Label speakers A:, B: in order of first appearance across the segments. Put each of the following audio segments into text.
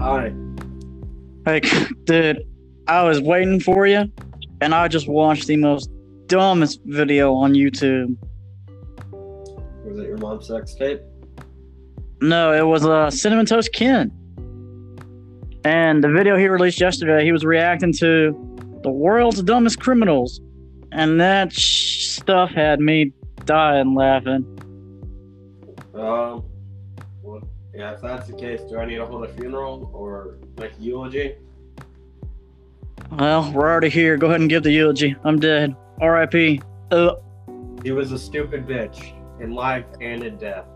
A: Aye.
B: Like, dude, I was waiting for you, and I just watched the most dumbest video on YouTube.
A: Was it your mom's sex tape?
B: No, it was uh, Cinnamon Toast Ken. And the video he released yesterday, he was reacting to the world's dumbest criminals. And that sh- stuff had me dying laughing.
A: Um. Well, yeah. If that's the case, do I need to hold a funeral or make a eulogy?
B: Well, we're already here. Go ahead and give the eulogy. I'm dead. R.I.P. Uh,
A: He was a stupid bitch in life and in death.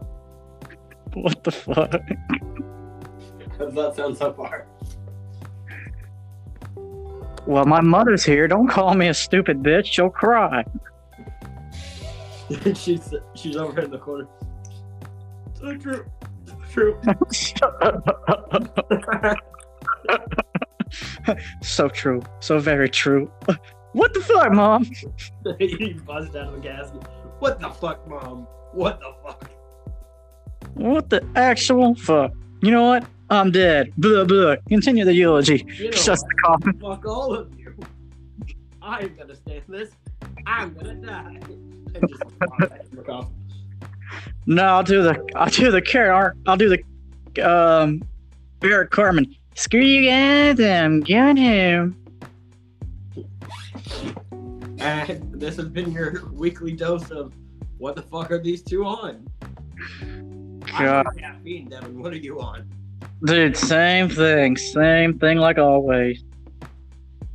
B: what the fuck?
A: Does that sound so far?
B: Well, my mother's here. Don't call me a stupid bitch. She'll cry.
A: she's she's over in the corner. So true. So true.
B: so true. So very true. What the fuck, mom?
A: he buzzed out of the gasket. What the fuck, mom? What the fuck?
B: What the actual fuck? You know what? I'm dead. Blah blah. Continue the eulogy.
A: You know
B: Shuts the coffin.
A: what? Fuck all of you. I'm gonna stand this. I'm gonna die. And just walk back to the coffin.
B: No, I'll do the I'll do the carrot. I'll do the um Eric Carmen. Screw you guys, I'm got him.
A: And this has been your weekly dose of what the fuck are these two on?
B: God.
A: I'm on caffeine, Devin. What are you on?
B: Dude, same thing. Same thing like always.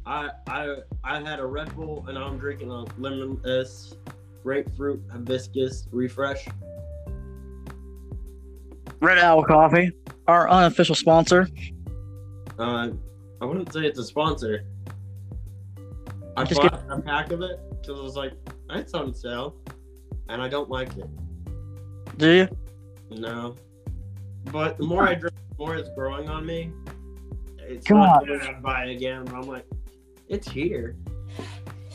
A: I I I had a Red Bull and I'm drinking a lemon s grapefruit hibiscus refresh.
B: Red Owl Coffee, our unofficial sponsor.
A: Uh, I wouldn't say it's a sponsor. I
B: Just
A: bought a pack of it because I was like, it's on sale, and I don't like it.
B: Do you?
A: No, but the more I drink, the more it's growing on me. It's
B: Come
A: not
B: on.
A: good I buy it again. But I'm like, it's here.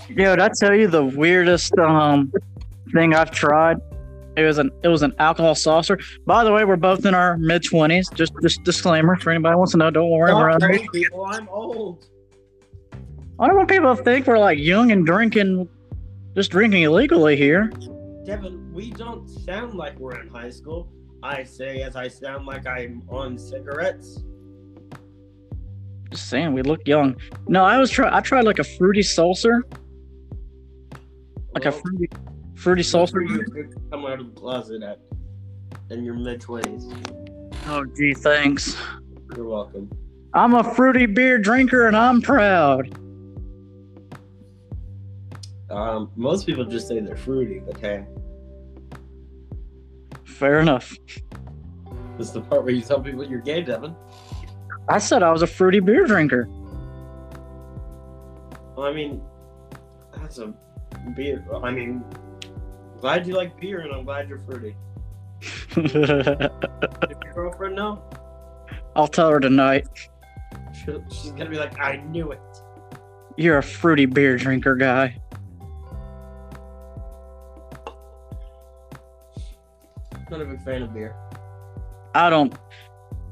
B: Yo, did I tell you the weirdest um thing I've tried? It was an it was an alcohol saucer. By the way, we're both in our mid twenties. Just just disclaimer for anybody who wants to know. Don't worry, we're
A: Don't
B: under.
A: drink, people. I'm old.
B: I don't want people to think we're like young and drinking, just drinking illegally here.
A: Devin, we don't sound like we're in high school. I say as I sound like I'm on cigarettes.
B: Just saying, we look young. No, I was try I tried like a fruity saucer, like a
A: Well,
B: fruity fruity saucer.
A: you could come out of the closet at in your mid twenties.
B: Oh, gee, thanks.
A: You're welcome.
B: I'm a fruity beer drinker and I'm proud.
A: Um, most people just say they're fruity, but hey,
B: Fair enough.
A: this is the part where you tell people you're gay, Devin.
B: I said I was a fruity beer drinker.
A: Well, I mean, that's a beer. I mean, glad you like beer, and I'm glad you're fruity. Did your girlfriend know?
B: I'll tell her tonight.
A: She'll, she's gonna be like, I knew it.
B: You're a fruity beer drinker guy.
A: Not a big fan of beer.
B: I don't.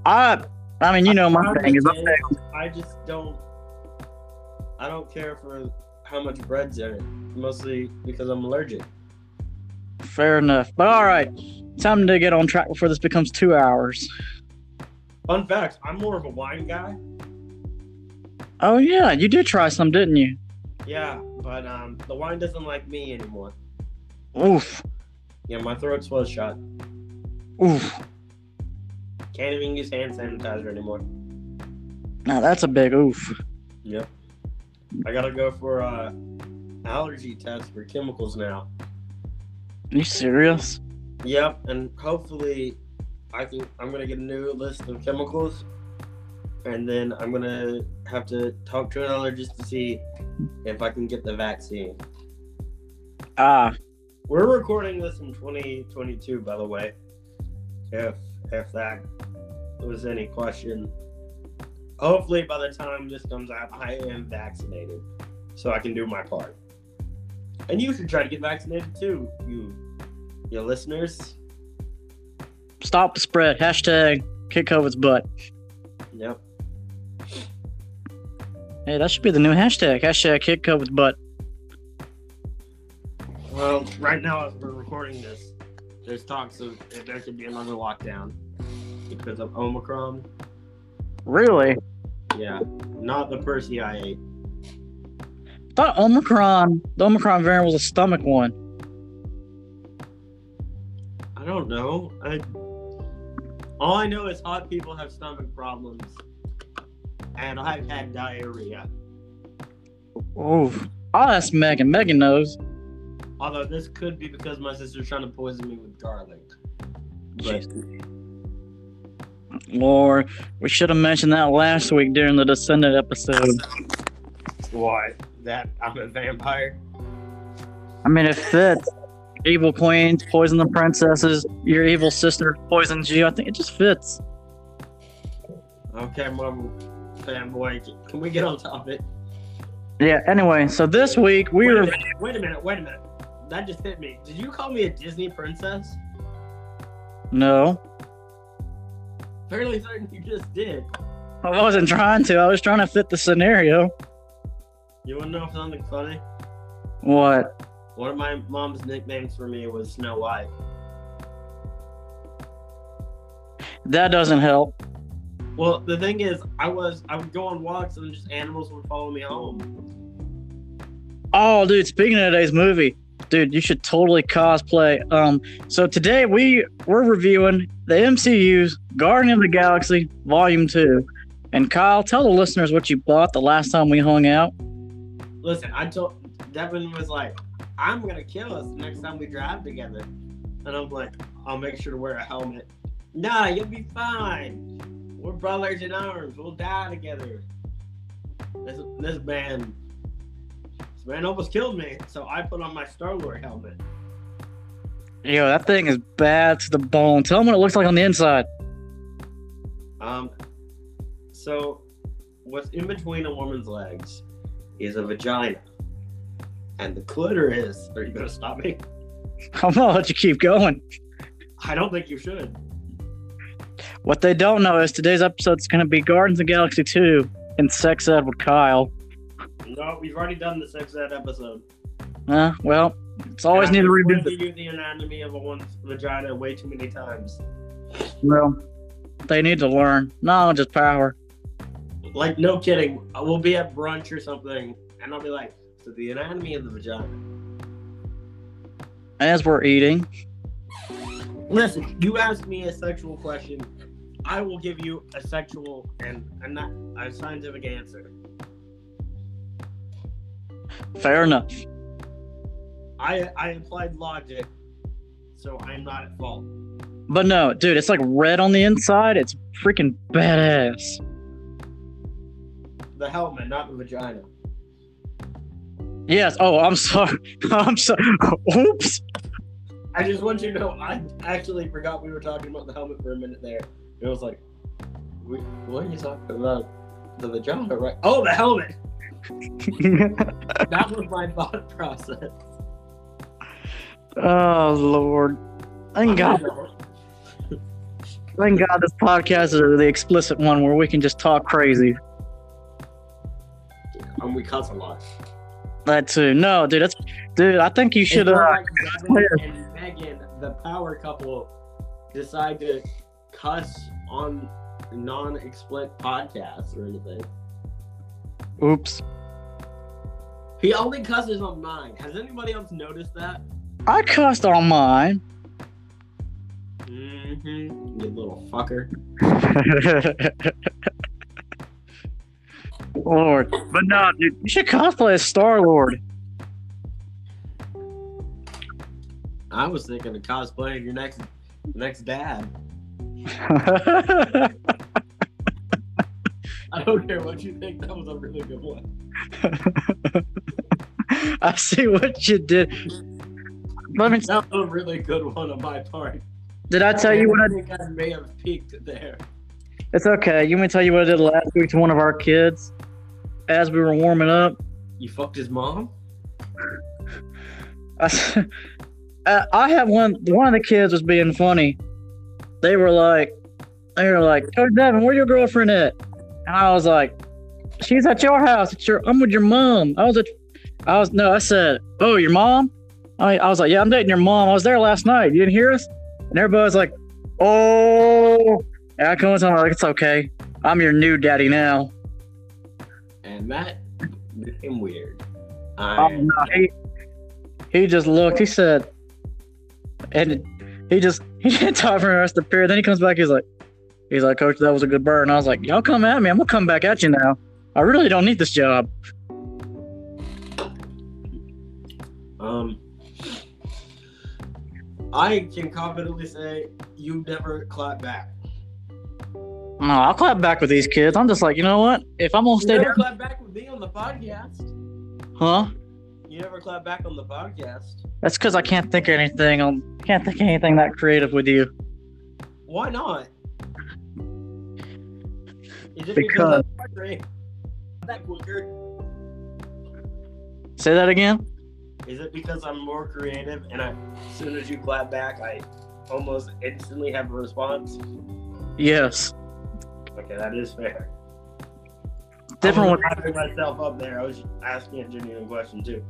B: I. I mean, you know my
A: I'm
B: thing is.
A: just saying, I just don't. I don't care for how much bread's in it, mostly because I'm allergic.
B: Fair enough. But all right, time to get on track before this becomes two hours.
A: Fun fact: I'm more of a wine guy.
B: Oh yeah, you did try some, didn't you?
A: Yeah, but um, the wine doesn't like me anymore.
B: Oof,
A: Yeah, my throat's full of shot.
B: oof.
A: Can't even use hand sanitizer anymore.
B: Now that's a big oof.
A: Yep. I gotta go for uh, allergy test for chemicals now.
B: you serious?
A: Yep, and hopefully, I can. I'm gonna get a new list of chemicals, and then I'm gonna have to talk to an allergist to see if I can get the vaccine.
B: Ah,
A: We're recording this in 2022, by the way. If if that was any question, hopefully by the time this comes out, I am vaccinated, so I can do my part. And you should try to get vaccinated too, you your listeners.
B: stop the spread. Hashtag kick COVID's butt.
A: Yep.
B: Hey, that should be the new hashtag. Hashtag kick COVID butt.
A: Well, right now as we're recording this, there's talks of if there could be another lockdown because of Omicron.
B: Really?
A: Yeah, not the Percy I ate.
B: thought Omicron, the Omicron variant was a stomach one.
A: I don't know. I all I know is hot people have stomach problems, and I've had diarrhea.
B: Oh, I'll ask Megan. Megan knows.
A: Although this could be because my sister's trying to poison me with garlic. But
B: Jeez. Lord, we should have mentioned that last week during the Descendant episode.
A: why? That I'm a vampire.
B: I mean, it fits. Evil queens poison the princesses. Your evil sister poisons you. I think it just fits.
A: Okay, Marvel fanboy, can we get on topic?
B: Yeah. Anyway, so this week we
A: wait, a
B: were.
A: minute, wait a minute. Wait a minute. That just hit me. Did you call me a Disney princess?
B: No,
A: Fairly certain you just did.
B: I wasn't trying to. I was trying to fit the scenario.
A: You want to know something funny?
B: What?
A: One of my mom's nicknames for me was Snow White.
B: That doesn't help.
A: Well, the thing is, I was I would go on walks and just animals would follow me home.
B: Oh, dude. Speaking of today's movie, dude, you should totally cosplay. Um. So today we we're reviewing the MCU's Guardian of the Galaxy Volume Two. And Kyle, tell the listeners what you bought the last time we hung out.
A: Listen, I told Devin was like, "I'm gonna kill us next time we drive together," and I'm like, "I'll make sure to wear a helmet." Nah, you'll be fine. We're brothers in arms. We'll die together. This this man, this man almost killed me, so I put on my Star Lord helmet.
B: Yo, that thing is bad to the bone. Tell them what it looks like on the inside.
A: Um, so what's in between a woman's legs is a vagina, and the clitoris. Are you gonna stop me?
B: I'm gonna let you keep going.
A: I don't think you should.
B: What they don't know is today's episode's gonna be Gardens of the Galaxy 2 and Sex Ed with Kyle.
A: No, we've already done the sex ed episode.
B: Uh, well, it's always
A: And
B: need
A: I've
B: to revisit.
A: explained to you the anatomy of a woman's vagina way too many times.
B: Well, they need to learn. No, just power.
A: Like, no kidding. We'll be at brunch or something, and I'll be like, "So the anatomy of the vagina."
B: As we're eating,
A: Listen, you ask me a sexual question, I will give you a sexual and a, not, a scientific answer.
B: fair enough.
A: I I applied logic, so I'm not at fault.
B: But no, dude, it's like red on the inside. It's freaking badass.
A: The helmet, not the vagina.
B: Yes. Oh, I'm sorry. I'm sorry. Oops.
A: I just want you to know, I actually forgot we were talking about the helmet for a minute there. It was like, we, what are you talking about? The vagina, right? Oh, the helmet. That was my thought process.
B: oh Lord. Thank God. Thank God this podcast is the explicit one where we can just talk crazy.
A: Um, we cuss a lot.
B: That too. No, dude, that's dude. I think you should.
A: It's not
B: Uh,
A: like Devin and Megan, the power couple, decide to cuss on non-explicit podcasts or anything.
B: oops.
A: He only cusses on mine. Has anybody else noticed that?
B: I cussed on mine.
A: Mm-hmm. You little fucker.
B: Lord, but no, dude, you should cosplay as Star Lord.
A: I was thinking of cosplaying your next next dad. I don't care what you think. That was a really good one.
B: I see what you did. Let me.
A: That was a really good one on my part.
B: Did I tell you what I?
A: I think I may have peaked there.
B: It's okay. You want me to tell you what I did last week to one of our kids as we were warming up?
A: You fucked his mom?
B: I, s- uh, I had one. One of the kids was being funny. They were like, they were like, "Coach Devin, where your girlfriend at?" And I was like, she's at your house. It's your, I'm with your mom. I was at, I was, no, I said, oh, your mom? I, I was like, yeah, I'm dating your mom. I was there last night. You didn't hear us? And everybody was like, oh. And I come in, I'm like, it's okay. I'm your new daddy now.
A: and that became weird.
B: Oh,
A: I,
B: no, he, he just looked. He said, and he just he didn't talk for the rest of the period. Then he comes back. He's like, he's like, coach, that was a good burn. I was like, y'all come at me. I'm gonna come back at you now. I really don't need this job.
A: um, I can confidently say you never clap back.
B: No, I'll clap back with these kids. I'm just like, you know what? If I'm gonna
A: You
B: stay
A: never
B: down,
A: clap back with me on the podcast.
B: huh?
A: You never clap back on the podcast.
B: That's because I can't think of anything. I can't think of anything that creative with you.
A: Why not? Is it
B: Because-
A: I'm hungry? That quicker.
B: Say that again.
A: Is it because I'm more creative and I, as soon as you clap back, I almost instantly have a response?
B: Yes.
A: Okay, that is fair.
B: Different
A: I
B: one.
A: was having myself up there. I was asking a genuine question too.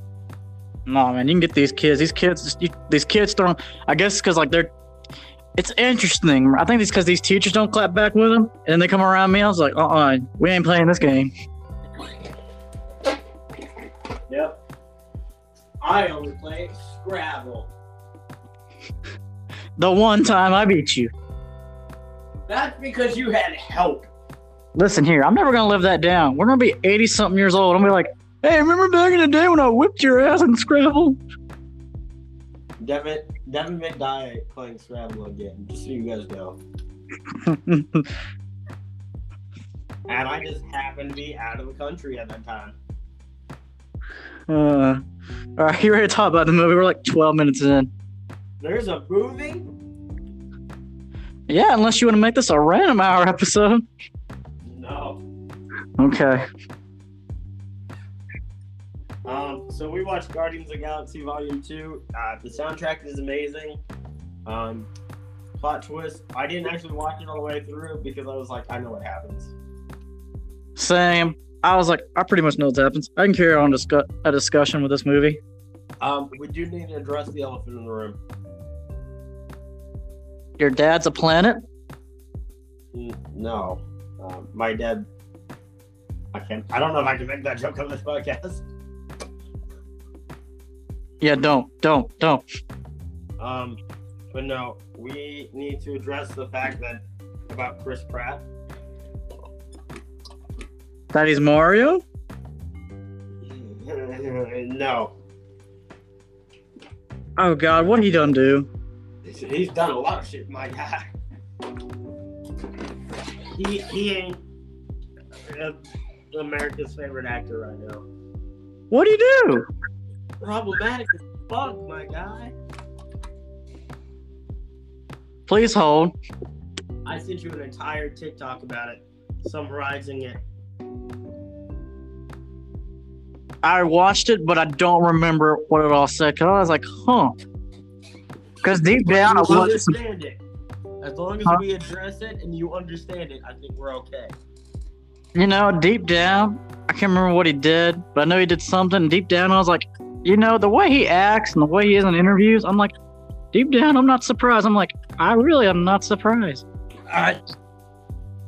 B: No, man, you can get these kids. These kids, you- these kids don't. I guess because like they're. It's interesting. I think it's because these teachers don't clap back with them, and then they come around me. I was like, uh, uh we ain't playing this game.
A: Yep. I only play Scrabble.
B: The one time I beat you.
A: That's because you had help.
B: Listen here, I'm never gonna live that down. We're gonna be 80 something years old. I'm gonna be like, hey, remember back in the day when I whipped your ass in Scrabble?
A: Devin Devin McDye playing Scrabble again, just so you guys know. And I just happened to be out of the country at that time.
B: uh, all right, you ready to talk about the movie? We're like 12 minutes in.
A: There's a movie?
B: Yeah, unless you want to make this a random hour episode.
A: No.
B: Okay.
A: Um, so we watched Guardians of the Galaxy Volume 2. Uh, the soundtrack is amazing. Um, plot twist. I didn't actually watch it all the way through because I was like, I know what happens.
B: Same. I was like, I pretty much know what happens. I can carry on discuss- a discussion with this movie.
A: Um, we do need to address the elephant in the room.
B: Your dad's a planet.
A: Mm, No. Um, my dad. I can't. I don't know if I can make that joke on this podcast.
B: Yeah, don't, don't, don't.
A: Um, but no, we need to address the fact that about Chris Pratt.
B: That is Mario.
A: no,
B: Oh God, what he done do?
A: he's, he's done a lot of shit, my guy. He he ain't uh, America's favorite actor right now.
B: What would he do?
A: Problematic as fuck, my guy.
B: Please hold.
A: I sent you an entire TikTok about it, summarizing it.
B: I watched it, but I don't remember what it all said. Cause I was like, huh. Because deep down, I
A: you
B: was.
A: understand it. As long as
B: Huh?
A: we address it and you understand it, I think we're okay.
B: You know, deep down, I can't remember what he did, but I know he did something. Deep down, I was like, you know, the way he acts and the way he is in interviews, I'm like, deep down, I'm not surprised. I'm like, I really am not surprised.
A: I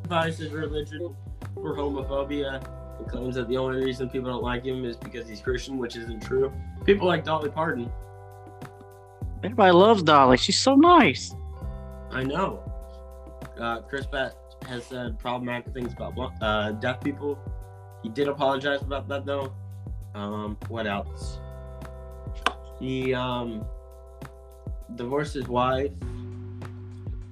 A: advises religion for homophobia. It claims that the only reason people don't like him is because he's Christian, which isn't true. People like Dolly Parton.
B: Everybody loves Dolly. She's so nice.
A: I know. Uh, Chris Pratt has said problematic things about bl- uh, deaf people. He did apologize about that though. Um, what else? He um, divorced his wife,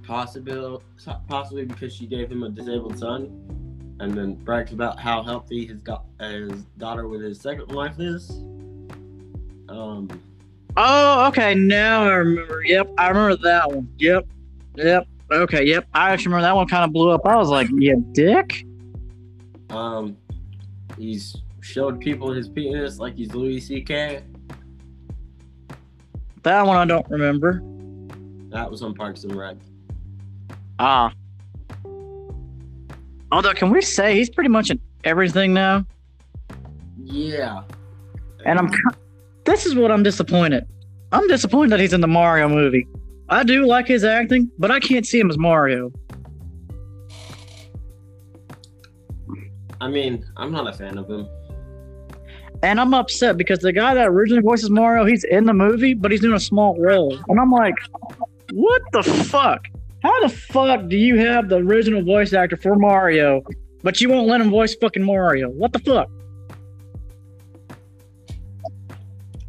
A: possibly possibly because she gave him a disabled son, and then brags about how healthy his da- his daughter with his second wife is. Um,
B: Oh, okay. Now I remember. Yep, I remember that one. Yep, yep. Okay, yep. I actually remember that one kind of blew up. I was like, "You dick."
A: Um, he's showed people his penis like he's Louis C.K.
B: That one I don't remember.
A: That was on Parks and Rec.
B: Ah, Although, can we say he's pretty much in everything now?
C: Yeah.
B: And I'm. ki- This is what I'm disappointed. I'm disappointed that he's in the Mario movie. I do like his acting, but I can't see him as Mario.
A: I mean, I'm not a fan of him.
B: And I'm upset because the guy that originally voices Mario, he's in the movie, but he's doing a small role. And I'm like, what the fuck? How the fuck do you have the original voice actor for Mario, but you won't let him voice fucking Mario? What the fuck?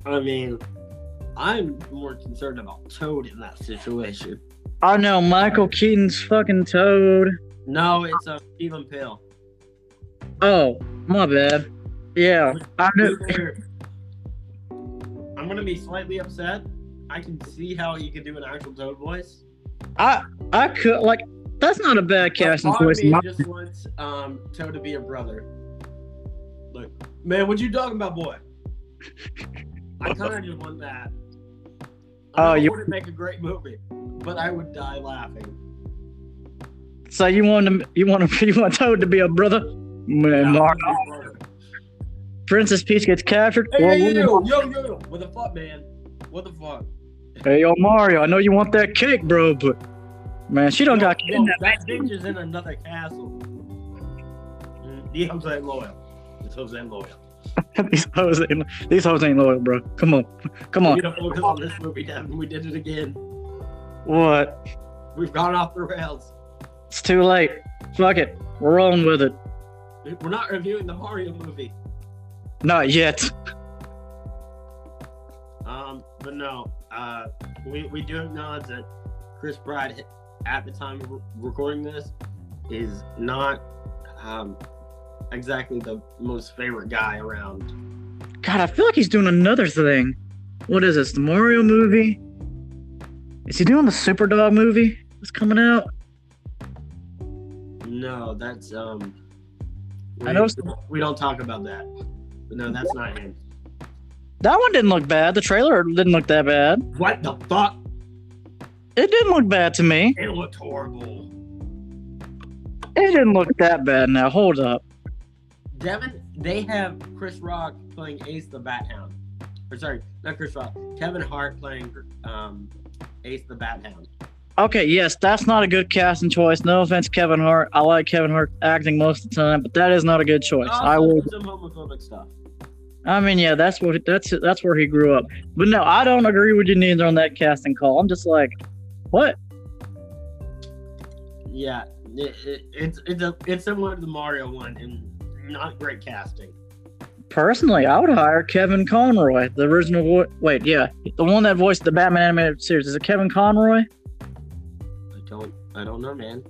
A: I mean, I'm more concerned about Toad in that situation.
B: I know Michael Keaton's fucking Toad.
A: No, it's a Stephen Pill.
B: Oh, my bad. Yeah, I knew.
A: I'm gonna be slightly upset. I can see how you could do an actual Toad voice.
B: I I could like that's not a bad casting
A: Part of
B: choice.
A: me
B: My-
A: just wants um, Toad to be a brother. Like, man, what you talking about, boy? I kind of just want that.
B: Oh,
A: I
B: you-
A: wouldn't make a great movie, but I would die laughing.
B: So you want him? You want him? You want Toad to be a brother? Man,
A: No,
B: Mar-
A: I'm gonna be a brother.
B: Princess Peach gets captured.
A: Hey,
B: Well,
A: hey,
B: we-
A: yo, yo, yo, yo, what the fuck, man? What the fuck?
B: Hey, yo, Mario, I know you want that cake, bro, but man, she don't got
A: Yo,
B: kidnapped.
A: that bitch is in another castle. Mm, The Jose Loyal. It's Jose Loyal.
B: these hoes ain't these hoes ain't loyal, bro. Come on, come
A: We
B: on.
A: need to focus on this movie, Devin. We did it again.
B: What?
A: We've gone off the rails.
B: It's too late. Fuck it. We're rolling with it.
A: We're not reviewing the Mario movie.
B: Not yet.
A: Um, but no, uh, we, we do acknowledge that Chris Bride, at the time of re- recording this, is not um, exactly the most favorite guy around.
B: God, I feel like he's doing another thing. What is this? The Mario movie? Is he doing the Superdog movie that's coming out?
A: No, that's um.
B: I know-
A: we- we don't talk about that. But no, that's not him.
B: That one didn't look bad. The trailer didn't look that bad.
A: What the fuck?
B: It didn't look bad to me.
A: It looked horrible.
B: It didn't look that bad. Now hold up.
A: Devin, they have Chris Rock playing Ace the Bat Hound. Or sorry, not Chris Rock. Kevin Hart playing um, Ace the Bat Hound.
B: Okay, yes, that's not a good casting choice. No offense, Kevin Hart. I like Kevin Hart acting most of the time, but that is not a good choice. I
A: Also,
B: will.
A: Oh, Some homophobic stuff.
B: I mean, yeah, that's what that's that's where he grew up. But no, I don't agree with you neither on that casting call. I'm just like, what?
A: Yeah, it, it, it's it's a it's similar to the Mario one and not great casting.
B: Personally, I would hire Kevin Conroy, the original. Vo- wait, yeah, the one that voiced the Batman animated series. Is it Kevin Conroy?
A: I don't I don't know, man.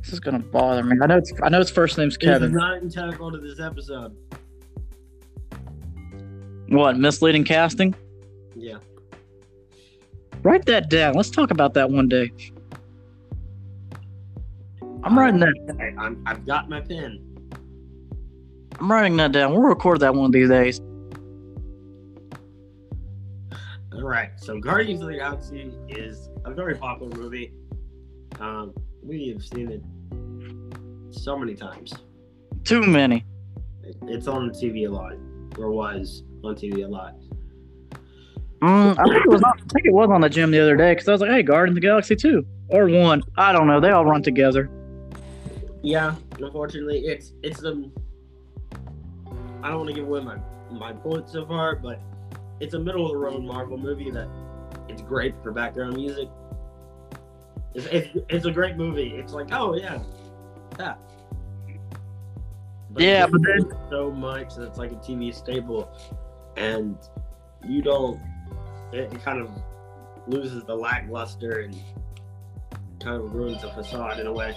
B: This is gonna bother me. I know it's I know his first name's
A: This
B: Kevin.
A: is not integral to this episode.
B: What misleading casting?
A: Yeah.
B: Write that down. Let's talk about that one day. I'm writing that.
A: I, I'm, I've got my pen.
B: I'm writing that down. We'll record that one of these days.
A: All right. So Guardians of the Galaxy is a very popular movie. Um, we have seen it so many times.
B: Too many.
A: It, it's on TV a lot, or was on TV a lot.
B: Mm, I think it was. On, I think it was on the gym the other day because I was like, "Hey, Guardians of the Galaxy two or one? I don't know. They all run together."
A: Yeah. and Unfortunately, it's it's um. I don't want to give away my my point so far, but it's a middle of the road Marvel movie that it's great for background music. It's, it's, it's a great movie. It's like oh yeah, yeah.
B: Yeah,
A: it's
B: but then-
A: used so much that it's like a TV staple, and you don't. It, it kind of loses the lackluster and kind of ruins the facade in a way.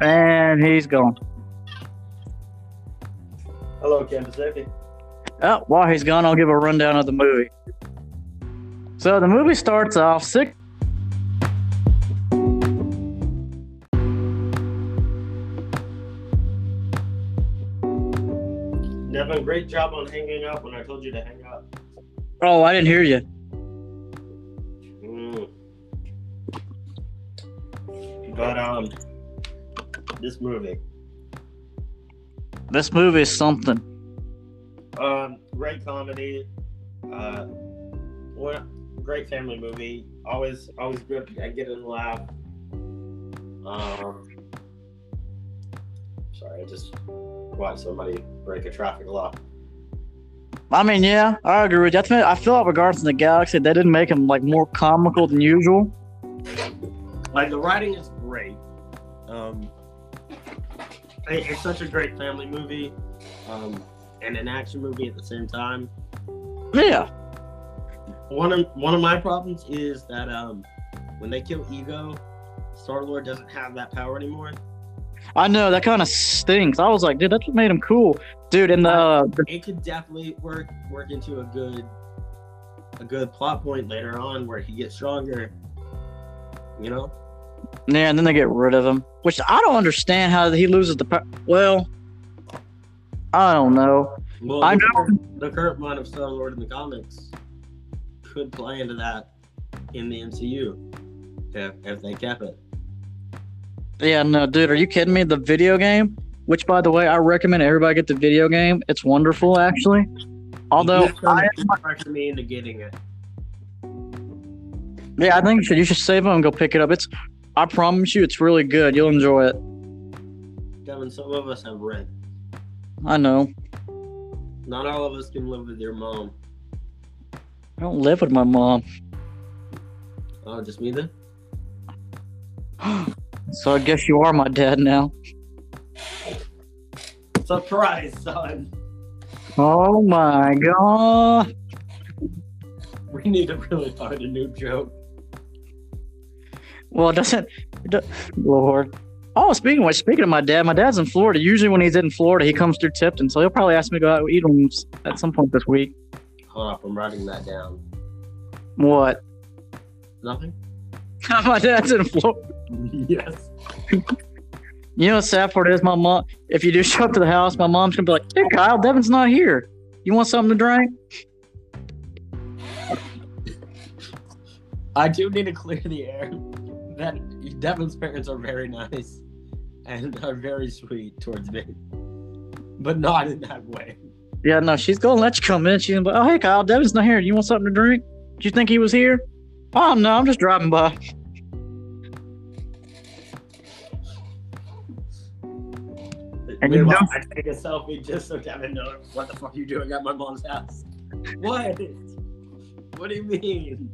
B: And he's gone.
A: Hello, Kansas City.
B: Oh, while he's gone, I'll give a rundown of the movie. So the movie starts off six.
A: Devin, great job on hanging up when I told you to hang up.
B: Oh, I didn't hear you.
A: Mm. But um, this movie,
B: This movie is something.
A: um, great comedy, uh, what great family movie. Always, always good. I get a laugh. Um, sorry, I just watched somebody break a traffic law.
B: I mean, yeah, I agree with you. I, think, I feel like with Guardians of the Galaxy, they didn't make him like more comical than usual.
A: Like the writing is great. Um, it- it's such a great family movie, um, and an action movie at the same time.
B: Yeah,
A: One of one of my problems is that um, when they kill Ego, Star Lord doesn't have that power anymore.
B: I know that kind of stinks. I was like, dude, that's what made him cool, dude. And the, uh, the
A: It could definitely work work into a good a good plot point later on where he gets stronger. You know,
B: yeah, and then they get rid of him, which I don't understand how he loses the power. Well, I don't know.
A: well,
B: I
A: the current- the current run of Star Lord in the comics could play into that in the MCU if, if they kept it.
B: Yeah, no, dude, are you kidding me? The video game, which by the way, I recommend everybody get the video game. It's wonderful, actually. Although,
A: You just
B: I,
A: kinda pressured me into getting it.
B: yeah, I think you should you should save them and go pick it up. It's, I promise you, it's really good. You'll enjoy it.
A: Kevin, some of us have rent.
B: I know.
A: Not all of us can live with your mom.
B: I don't live with my mom,
A: Oh, just me then?
B: so I guess you are my dad now.
A: Surprise, son.
B: Oh my god!
A: We need to really find a new joke.
B: Well, it doesn't it do- Lord? Oh, speaking of which, speaking of my dad, my dad's in Florida. Usually, when he's in Florida, he comes through Tipton, so he'll probably ask me to go out and eat him s- at some point this week.
A: Hold up, I'm writing that down.
B: What?
A: Nothing?
B: my dad's in Florida.
A: yes.
B: You know what sad part is? My mom, if you do show up to the house, my mom's gonna be like, "Hey, Kyle, Devin's not here. You want something to drink?"
A: I do need to clear the air that Devin's parents are very nice and are very sweet towards me, but not in that way.
B: Yeah, no, she's gonna let you come in. She's gonna be, like, "Oh, hey, Kyle, Devin's not here. You want something to drink? Do you think he was here?" Oh no, I'm just driving by. you
A: Meanwhile,
B: don't-
A: I take a selfie just so Devin knows what the fuck you doing at my mom's house. What? What do you mean?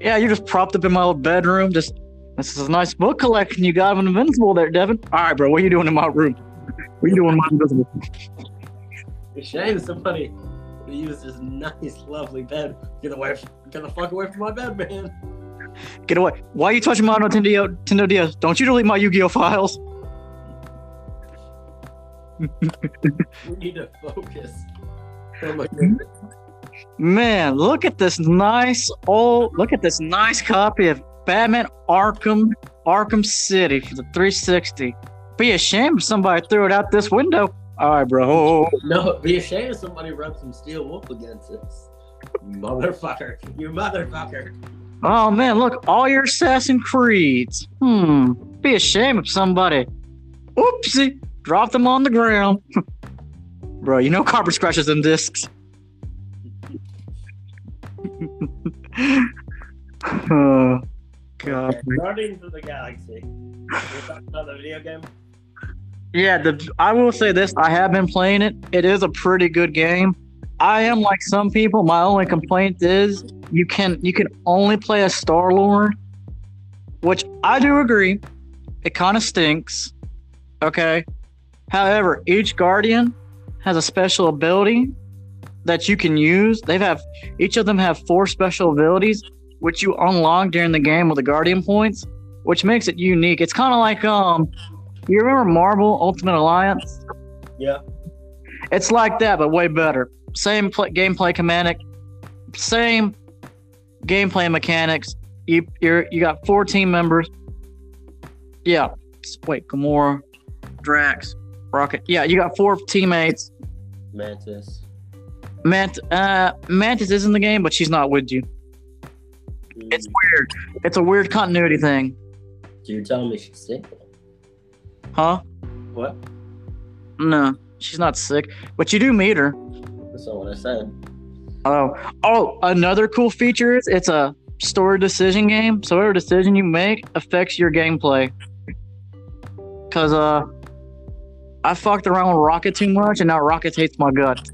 B: Yeah, you're just propped up in my old bedroom. Just this is a nice book collection you got of Invincible there, Devin. All right, bro, what are you doing in my room? What are you doing in my Invincible?
A: It's a shame somebody would use this nice, lovely bed. Get away! From, get the fuck away from my bed, man.
B: Get away! Why are you touching my Nintendo? Nintendo DS? Don't you delete my Yu-Gi-Oh files?
A: We need to focus. Oh my goodness.
B: Man, look at this nice old look at this nice copy of Batman Arkham Arkham City for the 360. Be ashamed if somebody threw it out this window. All right, bro.
A: No, it'd be a shame if somebody rubbed some steel wool against us. Motherfucker, you motherfucker.
B: Oh man, look, all your Assassin Creeds. Hmm. Be ashamed if somebody. Oopsie, dropped them on the ground. bro, you know carpet scratches them discs. oh, God.
A: Okay, Guardians of the Galaxy. We're talking about the video game.
B: Yeah, the I will say this: I have been playing it. It is a pretty good game. I am like some people. My only complaint is you can you can only play a Star Lord, which I do agree. It kind of stinks. Okay. However, each Guardian has a special ability that you can use. They have each of them have four special abilities which you unlock during the game with the Guardian points, which makes it unique. It's kind of like um. You remember Marvel Ultimate Alliance?
A: Yeah.
B: It's like that, but way better. Same pl- gameplay mechanic, same gameplay mechanics. You you're, you got four team members. Yeah. S- Wait, Gamora, Drax, Rocket. Yeah, you got four teammates.
A: Mantis.
B: Mant- uh, Mantis is in the game, but she's not with you. It's weird. It's a weird continuity thing.
A: So you're telling me she's sick?
B: Huh?
A: What?
B: No, she's not sick, but you do meet her.
A: That's not what I said.
B: Oh, oh! Another cool feature is it's a story decision game. So whatever decision you make affects your gameplay. Cause uh, I fucked around with Rocket too much, and now Rocket hates my guts.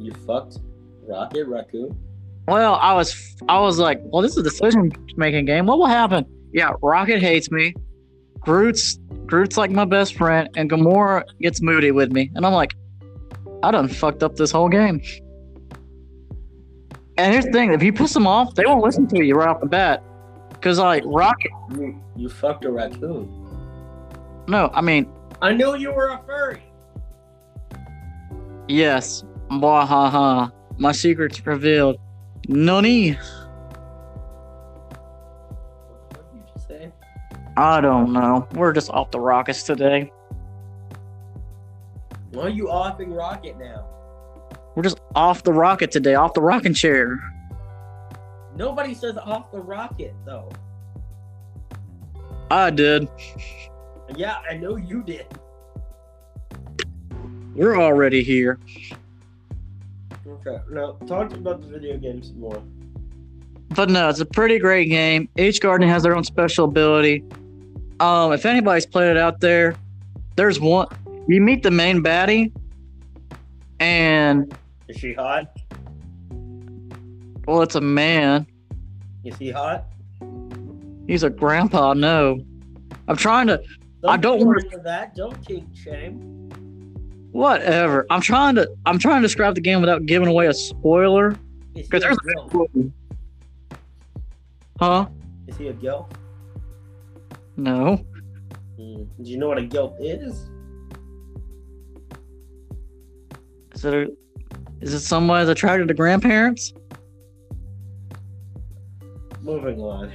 A: You fucked Rocket Raccoon?
B: Well, I was, I was like, well, this is a decision making game. What will happen? Yeah, Rocket hates me. Groot's, Groot's like my best friend, and Gamora gets moody with me, and I'm like, I done fucked up this whole game. And here's the thing: if you piss them off, they won't listen to you right off the bat. Cause like Rocket,
A: You, you fucked a raccoon.
B: no, I mean,
A: I knew you were a furry.
B: Yes. Mwahaha. My secret's revealed. Nani?
A: What did you just say?
B: I don't know. We're just off the rockets today.
A: Why are you offing Rocket now?
B: We're just off the rocket today, off the rocking chair.
A: Nobody says off the rocket though.
B: I did.
A: Yeah, I know you did.
B: We're already here.
A: Okay, now talk about the video games some more.
B: But no, it's a pretty great game. Each garden has their own special ability. Um, if anybody's played it out there, there's one. You meet the main baddie, and
A: Is she hot?
B: well, it's a man.
A: Is he hot?
B: He's a grandpa. No, I'm trying to I don't
A: worry
B: wanna-
A: for that. Don't kink shame.
B: Whatever. I'm trying to I'm trying to describe the game without giving away a spoiler.
A: Is he, a
B: 'Cause there's-
A: gilf?
B: Huh?
A: Is he a gilf?
B: No.
A: Mm. Do you know what a gilf is?
B: Is it a, is it somebody that's attracted to grandparents?
A: Moving on.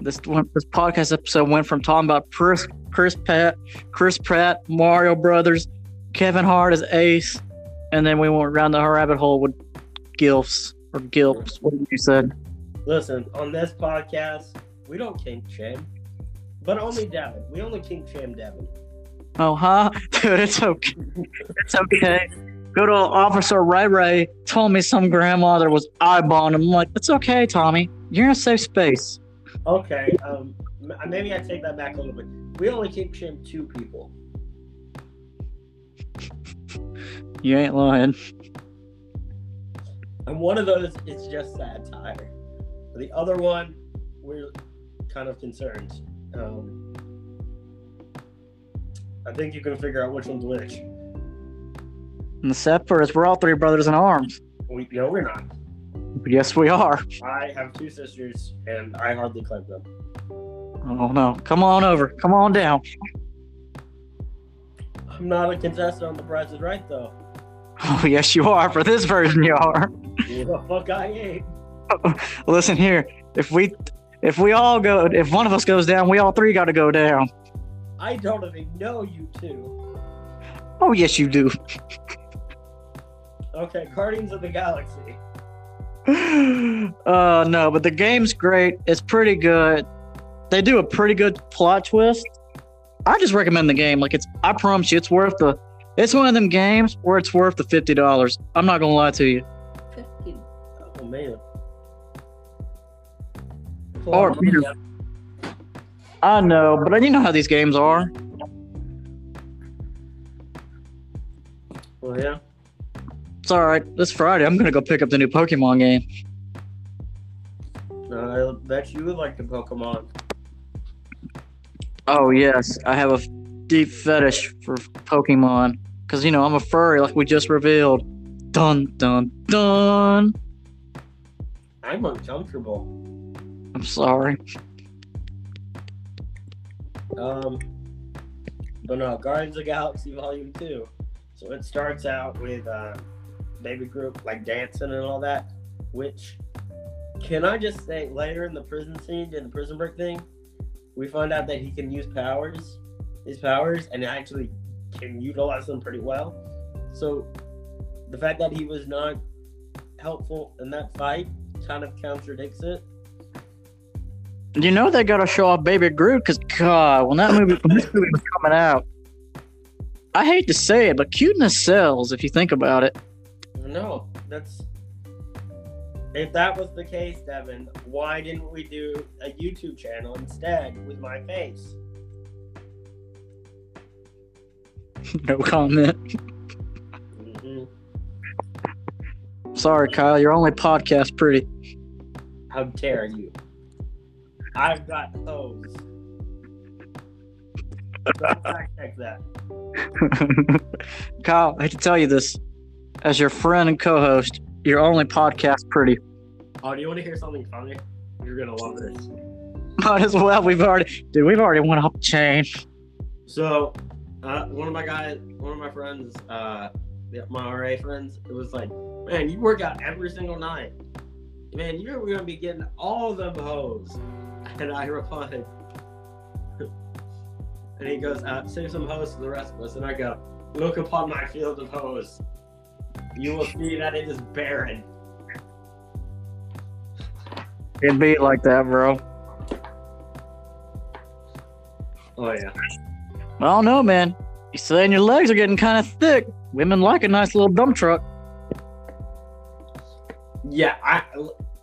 B: This one, this podcast episode went from talking about Chris Chris Pat Chris Pratt, Mario Brothers, Kevin Hart as Ace, and then we went around the rabbit hole with gilfs or gilps. What you said?
A: Listen, on this podcast, we don't kink shame, but only Devin. We only kink shame Devin.
B: Oh, huh, dude, it's okay. It's okay. Good old Officer Ray Ray told me some grandmother was eyeballing him. I'm like, it's okay, Tommy. You're in a safe space.
A: Okay, um, m- maybe I take that back a little bit. We only kink shame two people.
B: You ain't lying.
A: And one of those is just satire. The other one, we're kind of concerned. Um, I think you can figure out which one's which.
B: And the sad part is we're all three brothers in arms.
A: We, no, we're not.
B: Yes, we are.
A: I have two sisters, and I hardly claim them.
B: Oh, no. Come on over. Come on down.
A: I'm not a contestant on The Price is Right, though.
B: Oh, yes, you are. For this version, you are.
A: Who the fuck I ain't.
B: Listen here. If we. If we all go, if one of us goes down, we all three got to go down.
A: I don't even know you two.
B: Oh, yes, you do.
A: Okay, Guardians of the Galaxy.
B: uh no but the game's great it's pretty good they do a pretty good plot twist i just recommend the game like it's i promise you it's worth the it's one of them games where it's worth the $50 i'm not gonna lie to you
A: Fucking- Oh, man.
B: Or Peter. i know but you know how these games are
A: Well, Oh, yeah.
B: it's all right this friday i'm gonna go pick up the new pokemon game
A: No, I bet you would like the Pokemon.
B: oh yes i have a f- deep fetish for pokemon because you know i'm a furry like we just revealed dun dun dun
A: I'm uncomfortable.
B: i'm sorry
A: Um, but no, Guardians of the Galaxy Volume 2. So it starts out with uh, Baby Group, like dancing and all that, which, can I just say, later in the prison scene, in the prison break thing, we find out that he can use powers, his powers, and actually can utilize them pretty well. So the fact that he was not helpful in that fight kind of contradicts it.
B: You know they gotta show off Baby Groot because God, when that movie when this movie was coming out, I hate to say it, but cuteness sells if you think about it.
A: No, that's if that was the case, Devin. Why didn't we do a YouTube channel instead with my face?
B: No comment.
A: hmm
B: Sorry, Kyle, you're only podcast pretty.
A: How dare you? I've got hoes. Don't fact check that.
B: Kyle, I hate to tell you this. As your friend and co-host, you're only podcast pretty.
A: Oh, do you want to hear something funny? You're gonna love this.
B: Might as well. We've already dude, we've already went up the chain.
A: So, uh, one of my guys, one of my friends, uh, yeah, my RA friends, it was like, man, you work out every single night. Man, you're gonna be getting all them hoes. And I replied, and he goes, uh, save some hoes for the rest of us. And I go, look upon my field of hoes. You will see that it is barren.
B: It'd be like that, bro.
A: Oh yeah.
B: I don't know, man. You saying your legs are getting kind of thick. Women like a nice little dump truck.
A: Yeah, I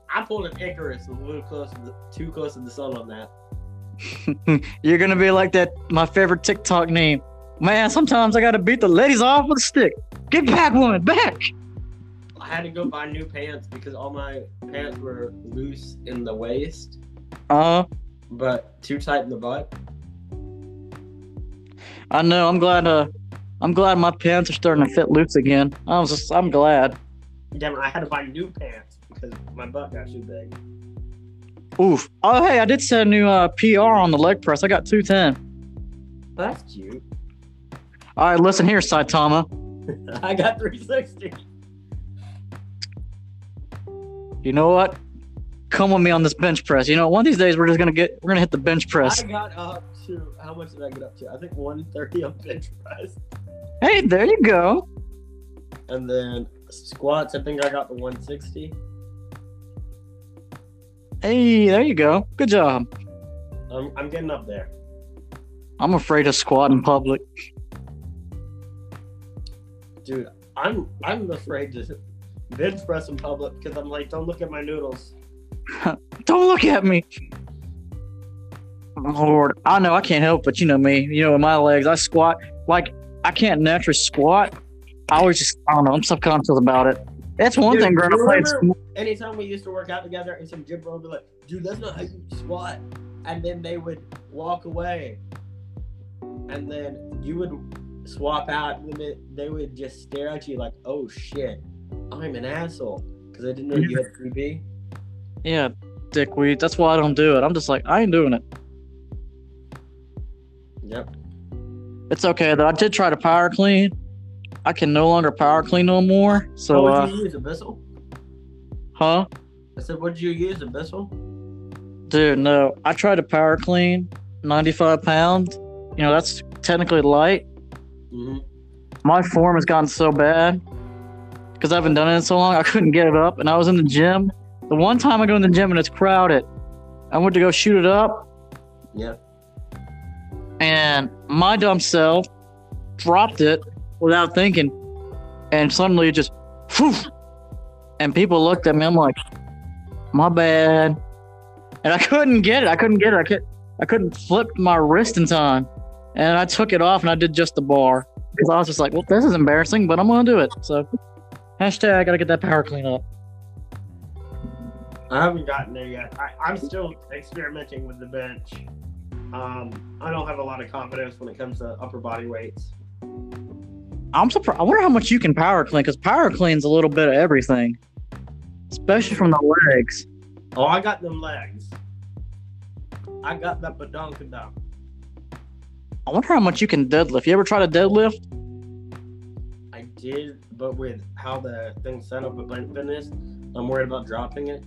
A: I pulled an Icarus a little close to the, too close to the sun on that.
B: You're gonna be like that. My favorite TikTok name. Man, sometimes I gotta beat the ladies off with a stick. Get back, woman, back.
A: I had to go buy new pants because all my pants were loose in the waist,
B: Uh,
A: but too tight in the butt.
B: I know. I'm glad. Uh, I'm glad my pants are starting to fit loose again. I was just. I'm glad.
A: Damn, I had to buy new pants because my butt got too big.
B: Oof. Oh, hey, I did set a new uh, PR on the leg press. I got two ten.
A: That's cute.
B: All right, listen here, Saitama.
A: I got 360.
B: You know what? Come with me on this bench press. You know, one of these days we're just gonna get. We're gonna hit the bench press.
A: I got up to how much did I get up to? I think 130 on bench press,
B: Hey, there you go.
A: and then squats. I think I got to 160.
B: Hey, there you go. Good job.
A: I'm, I'm getting up there.
B: I'm afraid to squat in public.
A: dude i'm i'm afraid to bench press in public because i'm like don't look at my noodles
B: Don't look at me. Lord, I know I can't help, but you know me. You know, with my legs, I squat like I can't naturally squat. I always just, I don't know, I'm subconscious about it. That's one
A: Dude,
B: thing growing
A: you
B: up playing
A: remember-
B: squ-
A: anytime we used to work out together and some gym bro would be like dude that's not how you squat and then they would walk away and then you would swap out and then they would just stare at you like oh shit i'm an asshole because i didn't know you had 3b
B: Yeah, dickweed. That's why I don't do it. I'm just like, I ain't doing it.
A: yep
B: It's okay, though. I did try to power clean. I can no longer power clean no more.
A: so
B: So,
A: what
B: uh,
A: did Oh, you use abyssal
B: huh?
A: i said what did you use abyssal
B: Dude, no. I tried to power clean 95 pounds. You know, that's technically light.
A: mm-hmm.
B: My form has gotten so bad because I haven't done it in so long. I couldn't get it up, and I was in the gym. The one time I go in the gym and it's crowded, I went to go shoot it up,
A: yep
B: and my dumb self dropped it without thinking, and suddenly it just, phew, and people looked at me. I'm like, my bad, and I couldn't get it. I couldn't get it. I could, I couldn't flip my wrist in time, and I took it off and I did just the bar because I was just like, well, this is embarrassing, but I'm gonna do it. So, hashtag I gotta get that power clean up.
A: I haven't gotten there yet. I, I'm still experimenting with the bench. Um, I don't have a lot of confidence when it comes to upper body weights.
B: I'm surprised. I wonder how much you can power clean because power clean's a little bit of everything, especially from the legs.
A: Oh, I got them legs. I got that badonkadonk.
B: I wonder how much you can deadlift. You ever try to deadlift?
A: I did, but with how the thing's set up at Blink Fitness, I'm worried about dropping it.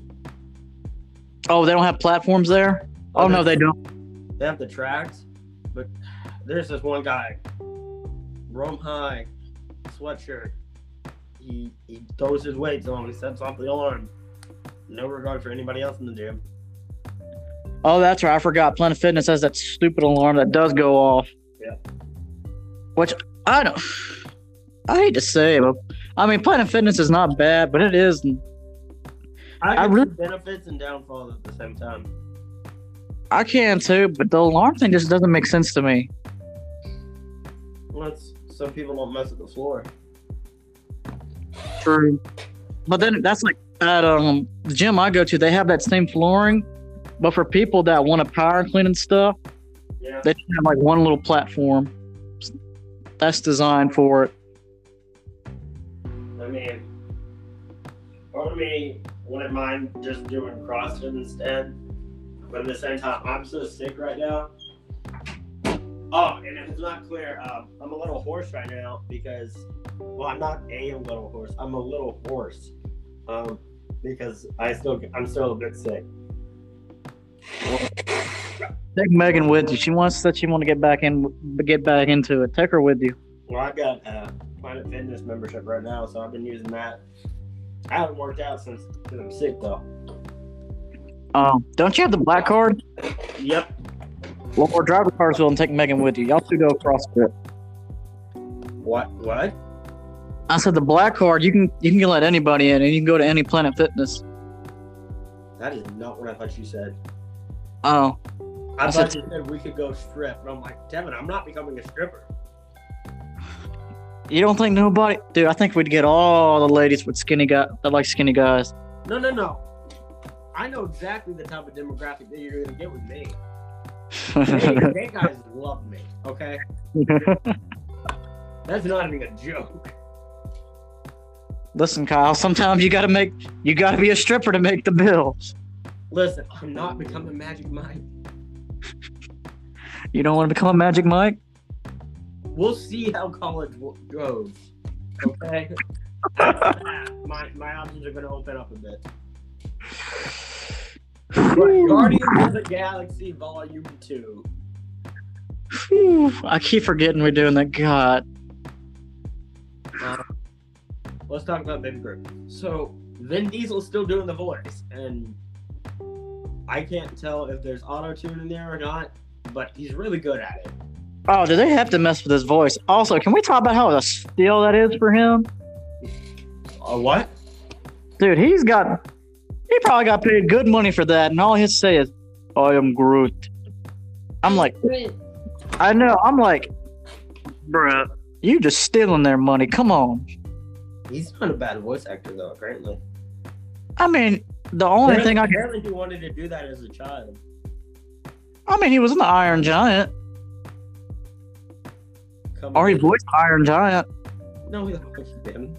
B: Oh, they don't have platforms there. Oh no, they don't.
A: They have the tracks, but there's this one guy, Rome High, sweatshirt. He he throws his weights on. He sets off the alarm. No regard for anybody else in the gym.
B: Oh, that's right. I forgot. Planet Fitness has that stupid alarm that does go off.
A: Yeah.
B: Which I don't. I hate to say, but I mean, Planet Fitness is not bad, but it is.
A: I,
B: I
A: can
B: really-
A: see benefits and downfalls at the same time.
B: I can too, but the alarm thing just doesn't make sense to me.
A: Once some people don't mess with the floor.
B: True. But then that's like at um the gym I go to, they have that same flooring, but for people that want to power clean and stuff,
A: Yeah.
B: they just have like one little platform that's designed for it.
A: I mean, part of me wouldn't mind just doing CrossFit instead, but at the same time, I'm so sick right now. Oh, and if it's not clear, um, I'm a little hoarse right now because, well, I'm not a little horse. I'm a little horse, um, because I still I'm still a bit sick.
B: Take Megan with you. She wants that. She want to get back in, get back into it. Take her with you.
A: Well, I've got a Planet Fitness membership right now, so I've been using that. I haven't worked out since because I'm sick though.
B: Um, don't you have the black card?
A: Yep.
B: Well, or drive to Carsville and take Megan with you. Y'all two go CrossFit.
A: What? What?
B: I said the black card. You can you can let anybody in, and you can go to any Planet Fitness.
A: That is not what I thought you said.
B: Oh,
A: I,
B: I
A: thought you said we could go strip, and I'm like, Devin, I'm not becoming a stripper.
B: you don't think nobody, dude? I think we'd get all the ladies with skinny guy that like skinny guys.
A: No, no, no. I know exactly the type of demographic that you're gonna get with me. They, they guys love me. Okay, that's not even a joke.
B: Listen, Kyle. Sometimes you gotta make you gotta be a stripper to make the bills.
A: Listen, I'm not becoming Magic Mike.
B: You don't want to become a Magic Mike.
A: We'll see how college w- goes. Okay. After that, my my options are gonna open up a bit. But Guardians of the Galaxy Volume Two.
B: Whew, I keep forgetting we're doing that. God.
A: let's talk about Baby Groot. So Vin Diesel's still doing the voice, and I can't tell if there's auto tune in there or not, but he's really good at it.
B: Oh, do they have to mess with his voice? Also, can we talk about how a steal that is for him?
A: A what?
B: Dude, he's got he probably got paid good money for that, and all he'll say is, I am Groot. I'm like, I know, I'm like, bruh, you just stealing their money. Come on.
A: He's not a bad voice actor though, apparently.
B: I mean, the only thing I can
A: apparently he wanted to do that as a child.
B: I mean he was in the Iron Giant.
A: Come
B: Or he
A: on.
B: voiced Iron Giant.
A: No, he voiced him.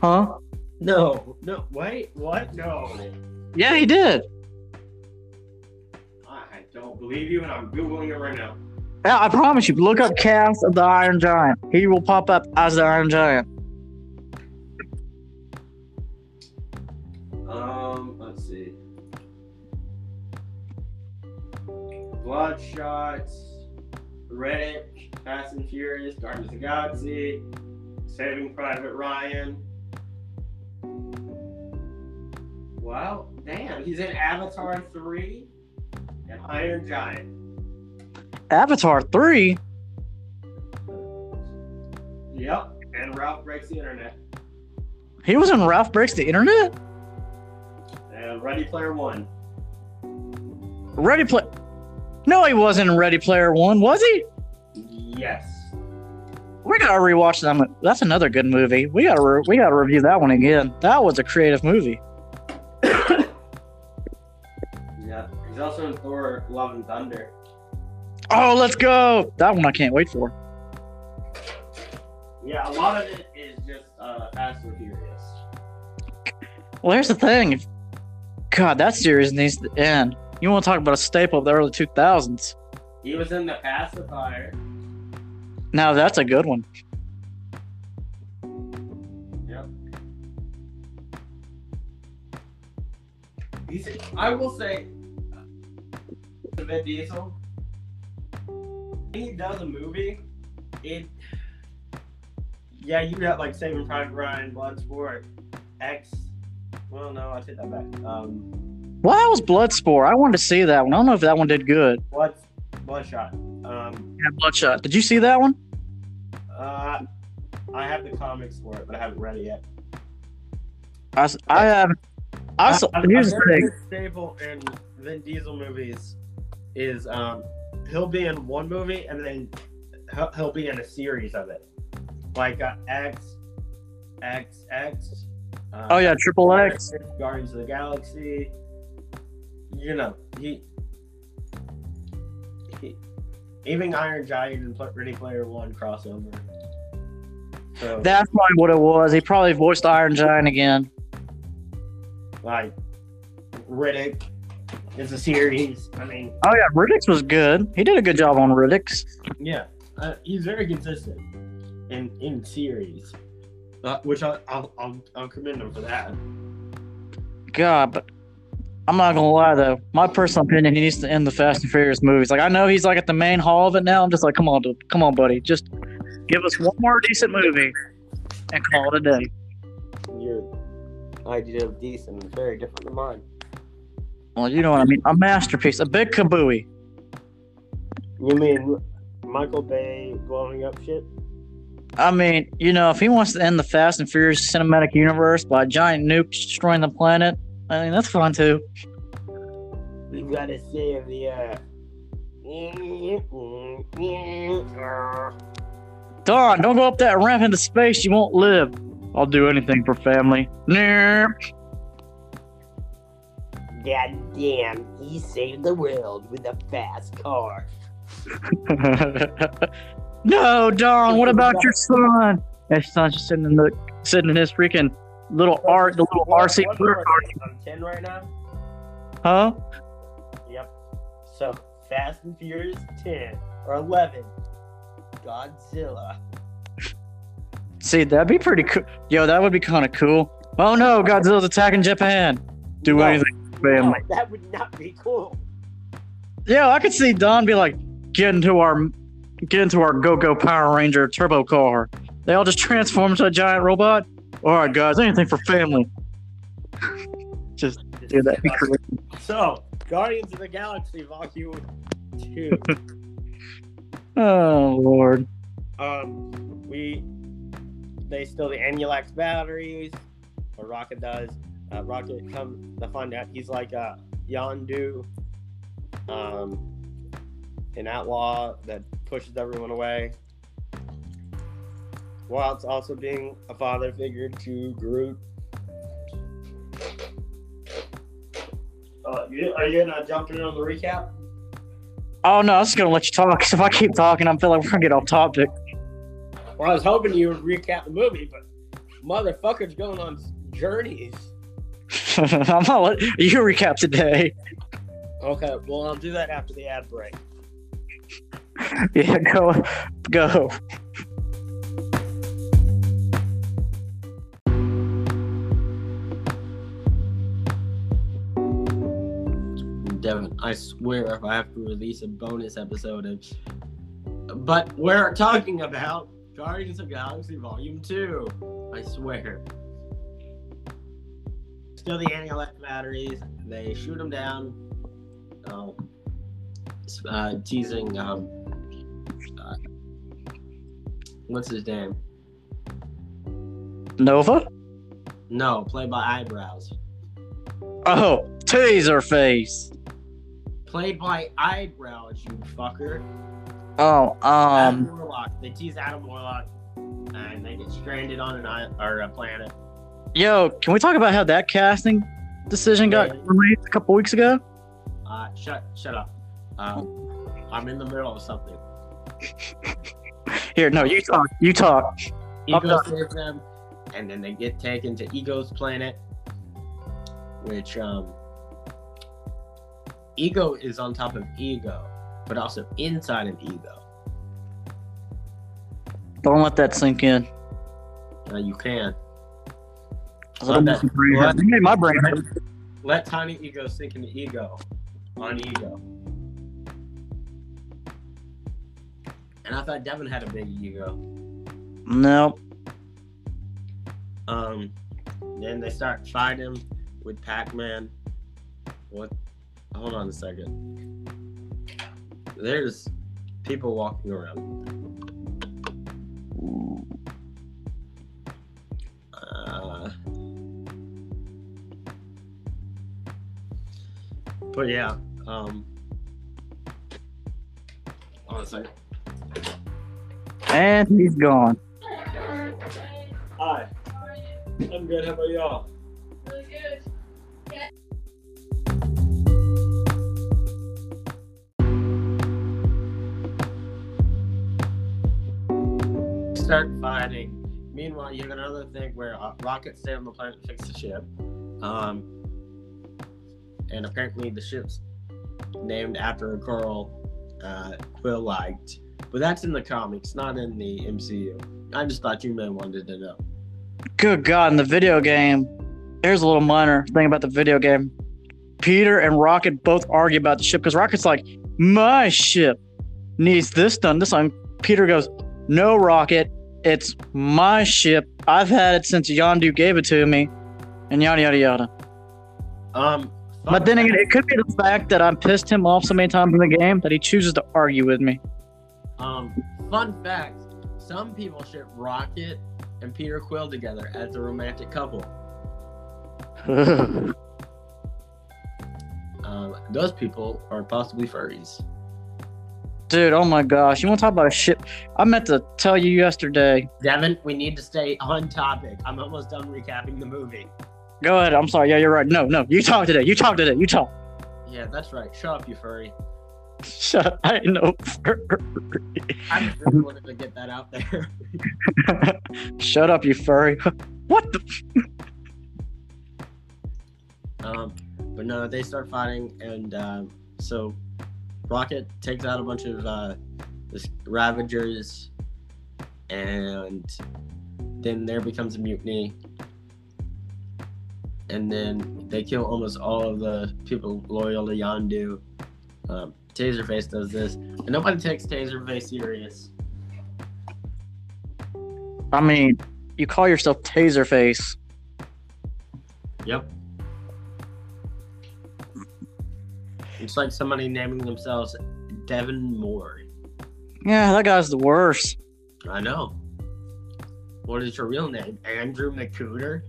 B: Huh?
A: No, no, wait, what? No,
B: Yeah, he did.
A: I don't believe you, and I'm googling it right now.
B: Yeah, I promise you, look up cast of the Iron Giant. He will pop up as the Iron Giant.
A: Um, let's see. Bloodshot, Reddit, Fast and Furious, Guardians of the Galaxy, Saving Private Ryan. Wow, damn, he's in Avatar 3 and Iron Giant.
B: Avatar 3?
A: Yep, and Ralph Breaks the Internet.
B: He was in Ralph Breaks the Internet?
A: And Ready Player One.
B: Ready Play. No, he wasn't in Ready Player One, was he?
A: Yes.
B: We gotta rewatch that. That's another good movie. We gotta re- we gotta review that one again. That was a creative movie.
A: Yeah, he's also in Thor Love and Thunder.
B: Oh, let's go! That one I can't wait for.
A: Yeah, a lot of it is just uh, Fast and Furious.
B: Well, here's the thing. God, that series needs to end. You want to talk about a staple of the early 2000s?
A: He was in the pacifier.
B: Now that's a good one.
A: Yep. He's, I will say, uh, Vin Diesel. When he does a movie, it. Yeah, you got like Saving Private Ryan, Bloodsport, X. Well, no, I take that back. Um,
B: Well, that was Bloodsport. I wanted to see that one. I don't know if that one did good.
A: Blood, Bloodshot. Um,
B: Yeah, Bloodshot. Did you see that one?
A: uh, I have the comics for it, but I haven't read it yet.
B: I, s- I have. I saw.
A: I- I-
B: here's the
A: I've
B: thing.
A: heard the Staple in Vin Diesel movies is um, he'll be in one movie and then he'll, he'll be in a series of it, like uh, X, X, X. Uh,
B: Oh yeah, Triple X.
A: Guardians of the Galaxy. You know he. he even Iron Giant and Pl- Ready Player One crossover. So,
B: That's probably what it was. He probably voiced Iron Giant again.
A: like, Riddick is a series. I mean,
B: Oh yeah, Riddick's was good. He did a good job on Riddick's.
A: Yeah, uh, he's very consistent in in series, uh, which I, I'll, I'll I'll commend him for that.
B: God, but I'm not gonna lie though. My personal opinion, he needs to end the Fast and Furious movies. Like I know he's like at the main hall of it now. I'm just like, come on, dude, come on, buddy, just give us one more decent movie and call it a day.
A: Your idea of decent is very different than mine.
B: Well, you know what I mean. A masterpiece, a big kabooey.
A: You mean Michael Bay blowing up shit?
B: I mean, you know, if he wants to end the Fast and Furious cinematic universe by a giant nuke destroying the planet, I mean that's fine too.
A: We gotta save the. Uh... uh,
B: Don, don't go up that ramp into space. You won't live. I'll do anything for family. Nah.
A: God damn, he saved the world with a fast car.
B: no, Don. What about your son? His son's just sitting in the sitting in his freaking little art, the little RC motor car.
A: I'm 10 right now.
B: Huh?
A: Yep. So Fast and Furious 10 or 11. Godzilla.
B: See, that'd be pretty cool. Yo, that would be kind of cool. Oh no, Godzilla's attacking Japan. Do
A: No,
B: anything, for
A: no,
B: family.
A: that would not be cool.
B: Yeah, I could see Don be like, get into our, get into our Go Go Power Ranger turbo car. They all just transform into a giant robot. All right, guys, anything for family. just do that. be crazy.
A: So Guardians of the Galaxy Volume 2.
B: Oh lord.
A: um, we they steal the Anulax batteries, or Rocket does. Uh, Rocket come to find out he's like a Yondu, um, an outlaw that pushes everyone away. Whilst also being a father figure to Groot. Uh, you, are you gonna jump in on the recap?
B: Oh no, I was just gonna let you talk. 'cause if I keep talking, I feel like we're gonna get off topic.
A: Well, I was hoping you would recap the movie, but motherfuckers going on journeys.
B: I'm not let you recap today.
A: Okay, well, I'll do that after the ad break.
B: Yeah, go, go.
A: Devin, I swear if I have to release a bonus episode of. But we're talking about Guardians of Galaxy Volume 2. I swear. Still the anti batteries. They shoot them down. Um, s- uh, teasing. Um, uh, what's his name?
B: Nova.
A: No, played by Eyebrows.
B: Oh, taser face.
A: Played by Eyebrows, you fucker.
B: Oh,
A: Adam
B: um,
A: Warlock. They tease Adam Warlock, and they get stranded on an island or a planet.
B: yo, can we talk about how that casting decision got
A: Yeah.
B: released a couple weeks ago?
A: Uh, shut, shut up. Um, I'm in the middle of something.
B: Here, no, you talk. You talk. I'm
A: Ego
B: done.
A: saves them, and then they get taken to Ego's planet, which um, Ego is on top of Ego, but also inside of Ego.
B: Don't let that sink in.
A: Uh, you can
B: Let
A: that-
B: my brain hurt.
A: let-
B: You made my brain hurt.
A: let tiny ego sink into ego on ego. And I thought Devin had a big ego.
B: No.
A: Um, then they start fighting with Pac Man. What? Hold on a second. There's people walking around. Uh, but yeah. Um, hold on a second.
B: And he's gone.
A: Hi. I'm good. How about y'all?
D: Really good.
A: start fighting. Meanwhile, you have another thing where uh, rockets stay on the planet to fix the ship. Um, and apparently the ship's named after a girl uh, Quill liked. But that's in the comics, not in the MCU. I just thought you may wanted to know.
B: Good God, in the video game, here's a little minor thing about the video game. Peter and Rocket both argue about the ship because Rocket's like, my ship needs this done, this done. Peter goes, no, Rocket, it's my ship. I've had it since Yondu gave it to me, and yada, yada, yada.
A: Um,
B: But then again, it could be the fact that I pissed him off so many times in the game that he chooses to argue with me.
A: um, fun fact: some people ship Rocket and Peter Quill together as a romantic couple.
B: Ugh.
A: Um, those people are possibly furries.
B: Dude, oh my gosh. You want to talk about a ship? I meant to tell you yesterday.
A: Devin, we need to stay on topic. I'm almost done recapping the movie.
B: Go ahead. I'm sorry. Yeah, you're right. No, no. You talk today. You talk today. You talk.
A: Yeah, that's right. Shut up, you furry.
B: Shut up. I know.
A: I just really wanted to get that out there.
B: Shut up, you furry. What the?
A: Um, but no, they start fighting, and um, so Rocket takes out a bunch of uh, this Ravagers, and then there becomes a mutiny. And then they kill almost all of the people loyal to Yondu. Um, Taserface does this, and nobody takes Taserface serious.
B: I mean, you call yourself Taserface.
A: Yep. It's like somebody naming themselves Devin Moore.
B: Yeah, that guy's the worst.
A: I know. What is your real name? Andrew McCooter?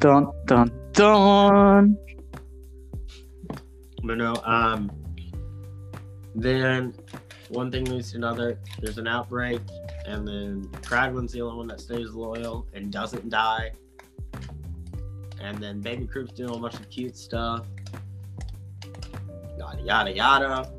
B: Dun, dun, dun.
A: But no, um then one thing leads to another. There's an outbreak, and then Craglin's the only one that stays loyal and doesn't die. And then Baby Croup's doing a bunch of cute stuff. Yada yada yada.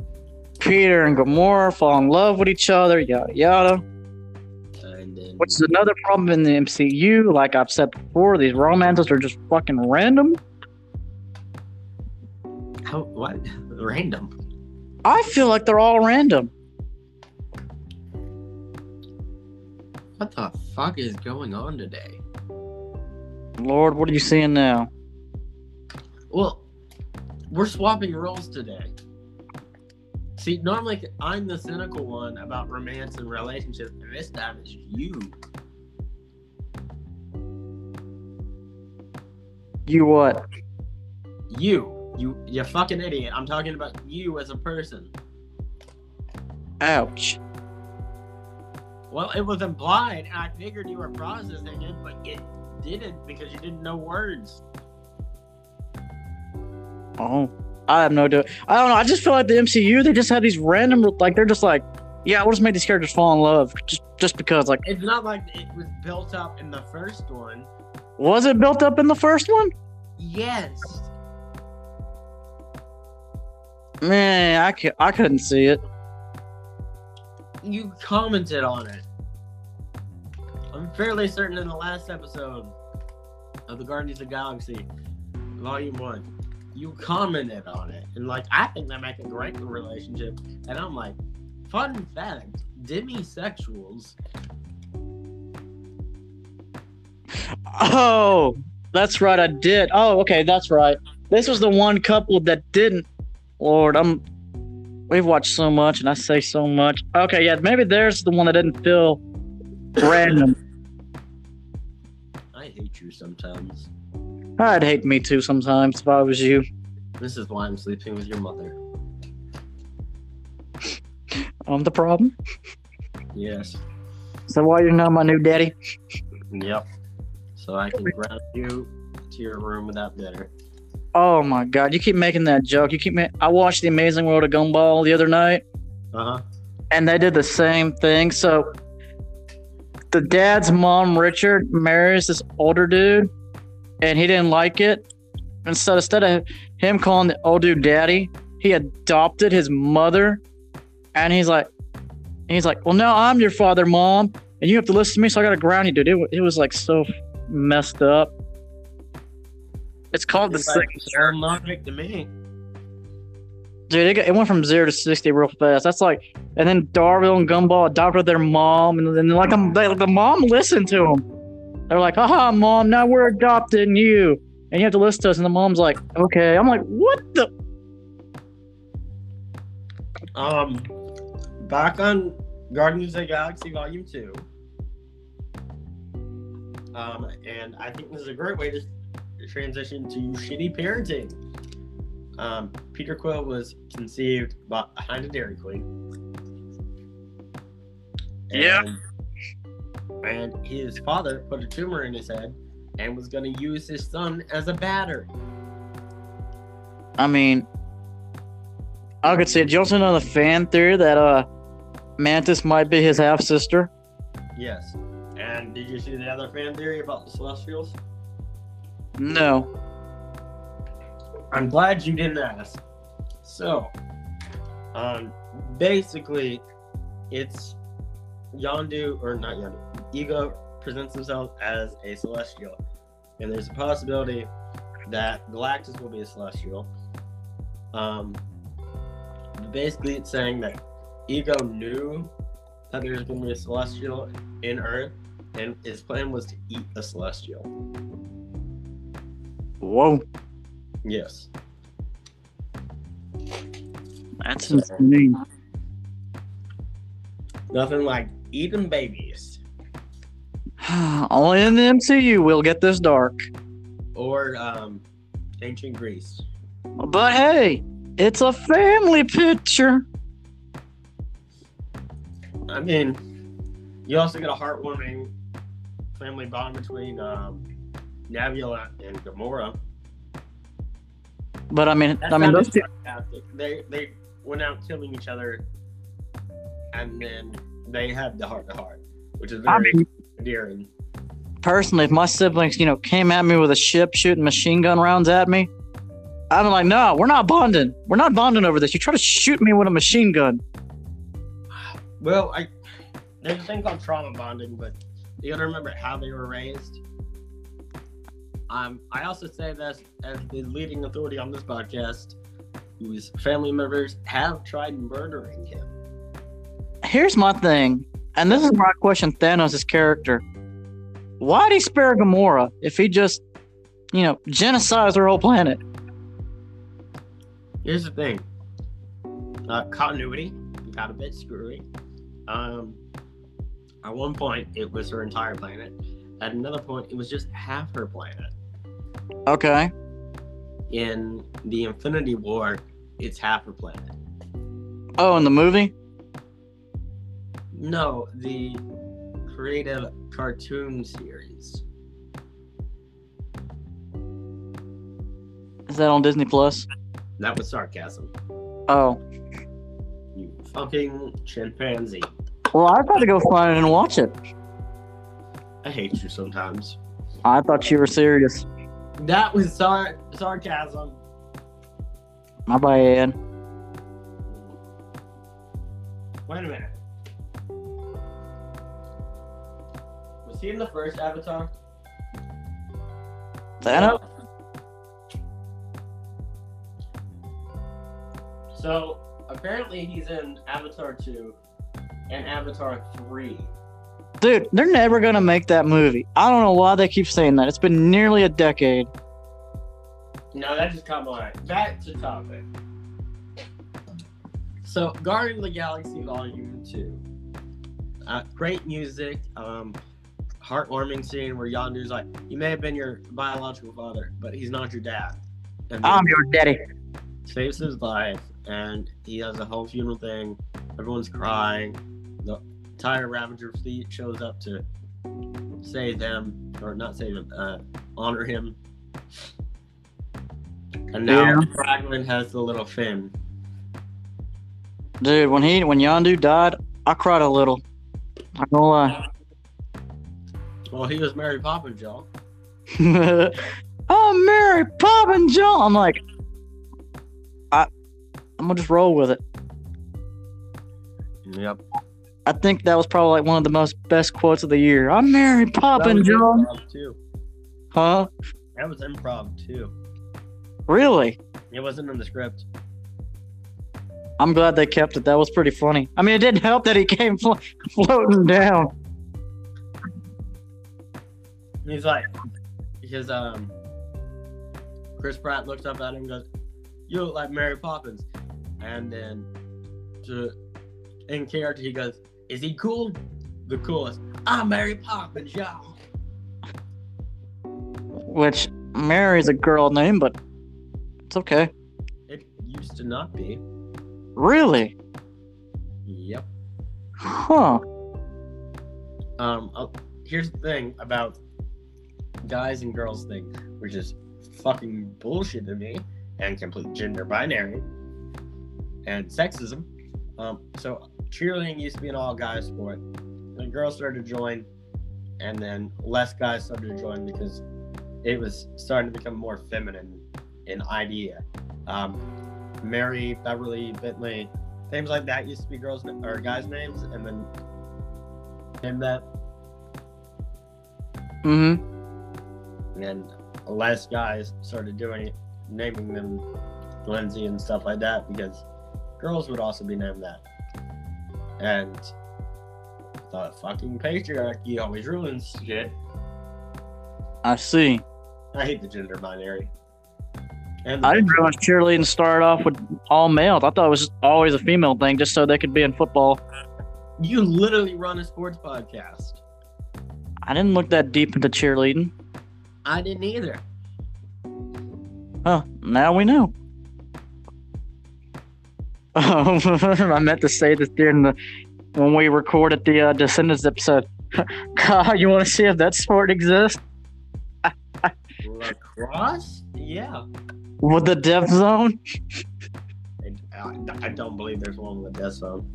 B: Peter and Gamora fall in love with each other, yada, yada.
A: And then
B: Which is another problem in the MCU. Like I've said before, these romances are just fucking random.
A: how, what? Random.
B: I feel like they're all random.
A: What the fuck is going on today?
B: Lord, what are you seeing now?
A: Well, we're swapping roles today. See, normally I'm the cynical one about romance and relationships, and this time it's you.
B: You what?
A: You. You you fucking idiot. I'm talking about you as a person.
B: Ouch.
A: Well, it was implied, and I figured you were processing it, but it didn't because you didn't know words.
B: Oh, I have no idea. I don't know. I just feel like the MCU. They just have these random. Like they're just like, yeah, we'll just make these characters fall in love just just because. Like,
A: It's not like it was built up in the first one.
B: was it built up in the first one?
A: Yes.
B: Man, I could I couldn't see it.
A: you commented on it. I'm fairly certain in the last episode of the Guardians of the Galaxy, Volume One, you commented on it, and like I think they make a great relationship, and I'm like, fun fact, demisexuals.
B: Oh, that's right. I did. Oh, okay, that's right. This was the one couple that didn't. Lord, I'm. We've watched so much, and I say so much. Okay, yeah, maybe there's the one that didn't feel random.
A: I hate you sometimes.
B: I'd hate me too sometimes if I was you.
C: This is why I'm sleeping with your mother.
B: I'm Um, the problem.
C: Yes.
B: So why you're not my new daddy?
C: Yep. So I can grab you to your room without dinner.
B: Oh my god, you keep making that joke. You keep. Ma- I watched The Amazing World of Gumball the other night.
A: Uh-huh.
C: Uh huh.
B: and they did the same thing. So the dad's mom, Richard, marries this older dude, and he didn't like it. And so instead of him calling the old dude daddy, he adopted his mother, and he's like, he's like, well, now I'm your father, mom, and you have to listen to me. So I got to ground you, dude. It, wa- it was like so messed up. It's called the
C: It's like
B: second
C: Sound logic to me.
B: Dude, it, got, it went from zero to sixty real fast. That's like, and then Darville and Gumball adopted their mom, and then like um, they, the mom listened to them. They're like, "Haha, mom, now we're adopting you, and you have to listen to us." And the mom's like, "Okay." I'm like, "What the?"
A: Um, back on Guardians of the Galaxy Volume Two. Um, and I think this is a great way to transition to shitty parenting. Um, Peter Quill was conceived by- behind a Dairy Queen.
B: Yeah.
A: And- And his father put a tumor in his head and was going to use his son as a batter.
B: I mean, I could see it. Do you also know the fan theory that uh, Mantis might be his half sister?
A: Yes. And did you see the other fan theory about the Celestials?
B: No.
A: I'm glad you didn't ask. So, um, basically, it's Yondu or not Yondu. Ego presents himself as a celestial, and there's a possibility that Galactus will be a celestial. Um, basically, it's saying that Ego knew that there's going to be a celestial in Earth, and his plan was to eat a celestial.
B: Whoa,
A: Yes.
B: that's insane.
A: Nothing like eating babies.
B: Only in the MCU will get this dark.
A: or um, ancient Greece.
B: But hey, it's a family picture.
A: I mean, you also get a heartwarming family bond between um, Navula and Gamora.
B: But I mean,
A: That
B: I mean,
A: sounded
B: those two,
A: fantastic. They they went out killing each other, and then they had the heart to heart, which is
B: I
A: very
B: mean,
A: endearing.
B: personally, if my siblings, you know, came at me with a ship shooting machine gun rounds at me, I'm like, no, we're not bonding. We're not bonding over this. You try to shoot me with a machine gun.
A: Well, I there's a thing called trauma bonding, but you got to remember how they were raised. Um, I also say this as the leading authority on this podcast, whose family members have tried murdering him.
B: Here's my thing, and this is where I question Thanos' character. Why'd he spare Gamora if he just, you know, genocides her whole planet?
A: Here's the thing. Uh, continuity got a bit screwy. Um, at one point, it was her entire planet. At another point, it was just half her planet.
B: Okay.
A: In the Infinity War, it's half her planet.
B: Oh, in the movie?
A: No, the creative cartoon series.
B: Is that on Disney Plus?
A: That was sarcasm.
B: Oh.
A: You fucking chimpanzee.
B: Well, I'd have to go find it and watch it.
A: I hate you sometimes.
B: I thought you were serious.
A: That was sar- sarcasm.
B: My bad.
A: Wait a minute. Was he in the first Avatar?
B: Thanos?
A: So apparently he's in Avatar 2 and Avatar 3.
B: Dude, they're never gonna make that movie. I don't know why they keep saying that. It's been nearly a decade.
A: No, that just caught my eye. Back to topic. So, Guardian of the Galaxy Volume 2. Uh, great music. Um, heartwarming scene where Yondu's like, he may have been your biological father, but he's not your dad. And
B: I'm your daddy.
A: saves his life, and he has a whole funeral thing. Everyone's crying. The entire Ravager fleet shows up to save him, or not save him, uh, honor him. And now
B: Yeah.
A: Raglan has the little fin.
B: Dude, when he when Yondu died, I cried a little. I don't lie.
A: Well, he was Mary Poppins, y'all.
B: oh, Mary Poppins, John. I'm like, I, I'm gonna just roll with it.
A: Yep.
B: I think that was probably like one of the most best quotes of the year. I'm Mary Poppins, John.
A: Too.
B: Huh?
A: That was improv too.
B: Really?
A: It wasn't in the script.
B: I'm glad they kept it. That was pretty funny. I mean, it didn't help that he came flo- floating down.
A: He's like, because um, Chris Pratt looks up at him and goes, "You look like Mary Poppins," and then to in character he goes, "Is he cool? The coolest. I'm Mary Poppins, y'all."
B: Which Mary's a girl name, but it's okay.
A: It used to not be.
B: Really?
A: Yep.
B: Huh?
A: Um, I'll- here's the thing about guys and girls thing, which is fucking bullshit to me and complete gender binary and sexism. Um, so cheerleading used to be an all guys sport. The girls started to join, and then less guys started to join because it was starting to become more feminine in idea. Um, Mary, Beverly, Bentley, things like that used to be girls or guys' names, and then named that
B: Mm-hmm.
A: and then less guys started doing it, naming them Lindsay and stuff like that because girls would also be named that. And the fucking patriarchy always ruins shit.
B: I see.
A: I hate the gender binary. And
B: I didn't realize cheerleading started off with all males. I thought it was just always a female thing, just so they could be in football.
A: you literally run a sports podcast.
B: I didn't look that deep into cheerleading.
A: I didn't either.
B: Huh? Now we know. Um, I meant to say this during the when we recorded the uh, Descendants episode. God, you want to see if that sport exists?
A: Lacrosse? Yeah.
B: With the death zone?
A: And I, I don't believe there's one with this one.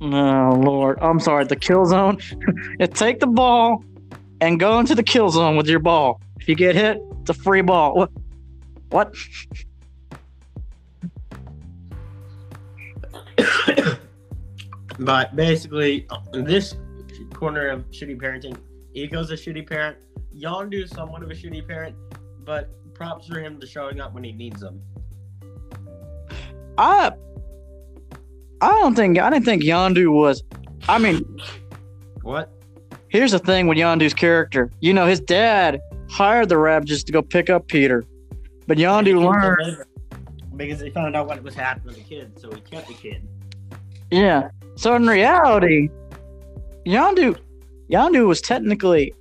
B: Oh Lord, I'm sorry. The kill zone. It take the ball and go into the kill zone with your ball. If you get hit, it's a free ball. What? What?
A: But basically, this corner of shitty parenting, Ego's a shitty parent. Yondu is somewhat of a shitty parent, but props for him to showing up when he needs them.
B: I I don't think I didn't think Yondu was. I mean,
A: What?
B: Here's the thing with Yondu's character. You know, his dad hired the Ravagers to go pick up Peter, but Yondu learned.
A: Because he found out what was happening to the kid, so he kept the kid.
B: Yeah. So in reality, Yondu, Yondu was technically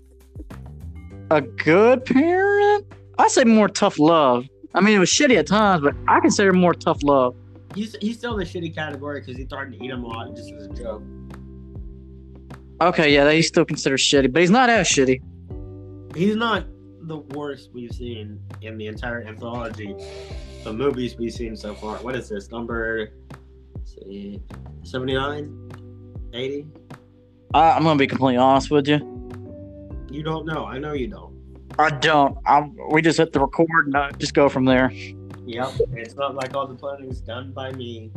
B: a good parent. I say more tough love. I mean, it was shitty at times, but I consider it more tough love.
A: He's, he's still in the shitty category because he started to eat him a lot just as a joke.
B: Okay, yeah, they still consider shitty, but he's not as shitty.
A: He's not the worst we've seen in the entire anthology of movies we've seen so far. What is this? Number let's see, 79? 80?
B: I, I'm gonna be completely honest with you.
A: You don't know. I know you don't.
B: I don't. I we just hit the record and I just go from there.
A: Yep. It's not like all the planning's done by me.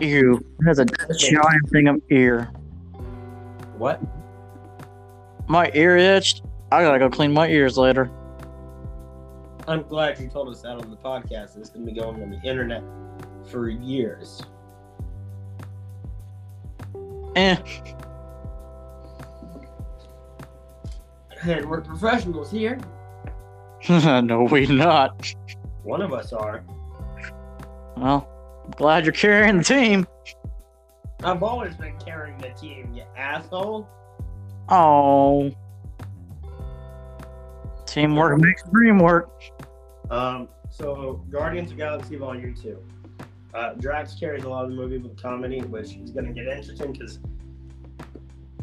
B: Ew, that's a giant thing of ear.
A: What?
B: My ear itched. I gotta go clean my ears later.
A: I'm glad you told us that on the podcast. This can be going on the internet for years.
B: Eh,
A: And we're professionals here.
B: no, we not.
A: One of us are.
B: Well, I'm glad you're carrying the team.
A: I've always been carrying the team, you asshole.
B: Oh, teamwork makes the dream work.
A: Um, so Guardians of Galaxy Volume Two. Uh, Drax carries a lot of the movie with comedy, which is going to get interesting because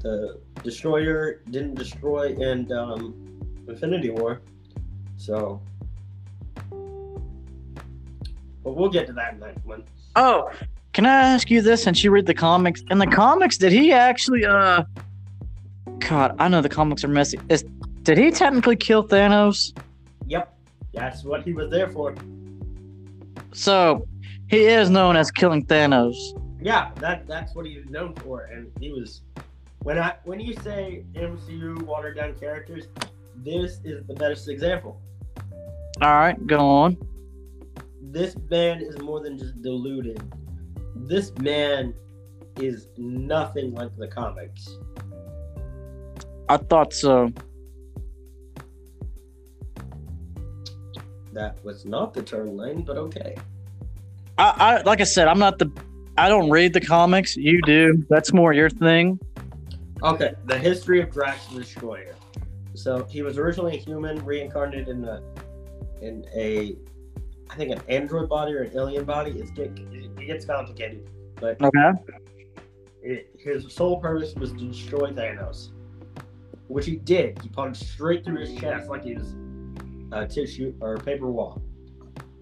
A: the Destroyer didn't destroy in um, Infinity War. So, but we'll get to that in that one.
B: Oh, can I ask you this? Since you read the comics, in the comics, did he actually? Uh, God, I know the comics are messy. Is did he technically kill Thanos?
A: Yep, that's what he was there for.
B: So he is known as killing Thanos.
A: Yeah, that that's what he was known for, and he was. When I when you say MCU watered down characters, this is the best example.
B: All right, go on.
A: This man is more than just deluded. This man is nothing like the comics.
B: I thought so.
A: That was not the turn lane, but okay.
B: I, I like I said, I'm not the. I don't read the comics. You do. That's more your thing.
A: Okay, the history of Drax the Destroyer. So he was originally a human, reincarnated in a in a I think an android body or an alien body. It's get, it gets complicated, but
B: Okay.
A: it, his sole purpose was to destroy Thanos, which he did. He punched straight through his chest like he was a tissue or a paper wall.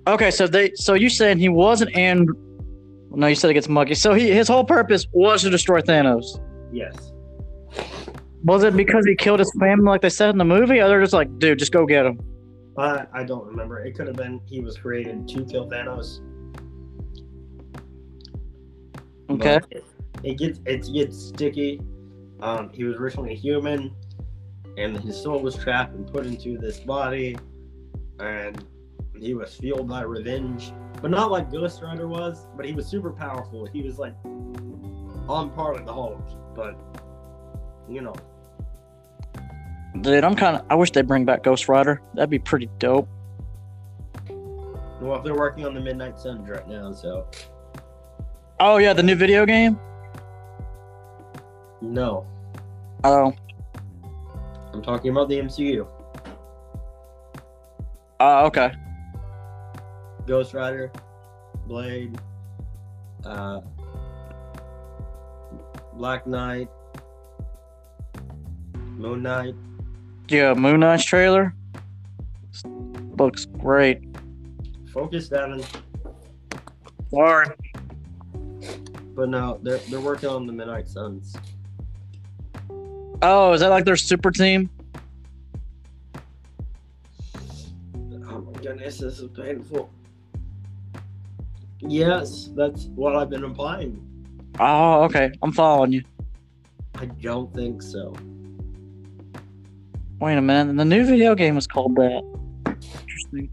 B: Okay, so they. So you saying he wasn't and? No, you said it gets monkey. So he his whole purpose was to destroy Thanos.
A: Yes.
B: Was it because he killed his family, like they said in the movie, or they're just like, dude, just go get him?
A: I, I don't remember. It could have been he was created to kill Thanos.
B: Okay.
A: But It, it gets it gets sticky. Um, he was originally human, and his soul was trapped and put into this body, and he was fueled by revenge, but not like Ghost Rider was. But he was super powerful. He was like on par with the Hulk, but you know,
B: Dude, I'm kind of. I wish they bring back Ghost Rider. That'd be pretty dope.
A: well they're working on the Midnight Suns right now, so
B: Oh yeah, the new video game.
A: no.
B: Oh,
A: I'm talking about the MCU.
B: uh, okay.
A: Ghost Rider, Blade, uh, Black Knight, Moon Knight.
B: Yeah, Moon Knight's trailer looks great.
A: Focus that on,
B: Sorry.
A: but no, they're they're working on the Midnight Suns.
B: Oh, is that like their super team?
A: Oh my goodness, this is painful. Yes, that's what I've been implying.
B: Oh, okay. I'm following you.
A: I don't think so.
B: Wait a minute. The new video game was called that. Interesting.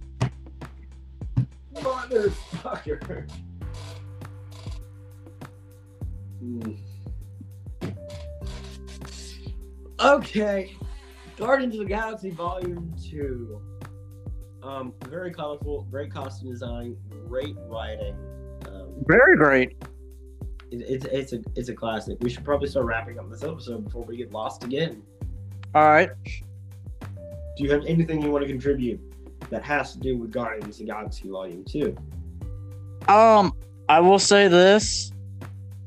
A: Motherfucker. Hmm. Okay. Guardians of the Galaxy Volume 2. Um, very colorful, great costume design, great writing. Um,
B: Very great.
A: it, it's it's a it's a classic. We should probably start wrapping up this episode before we get lost again.
B: All right.
A: Do you have anything you want to contribute that has to do with Guardians of the Galaxy Volume 2?
B: Um, I will say this.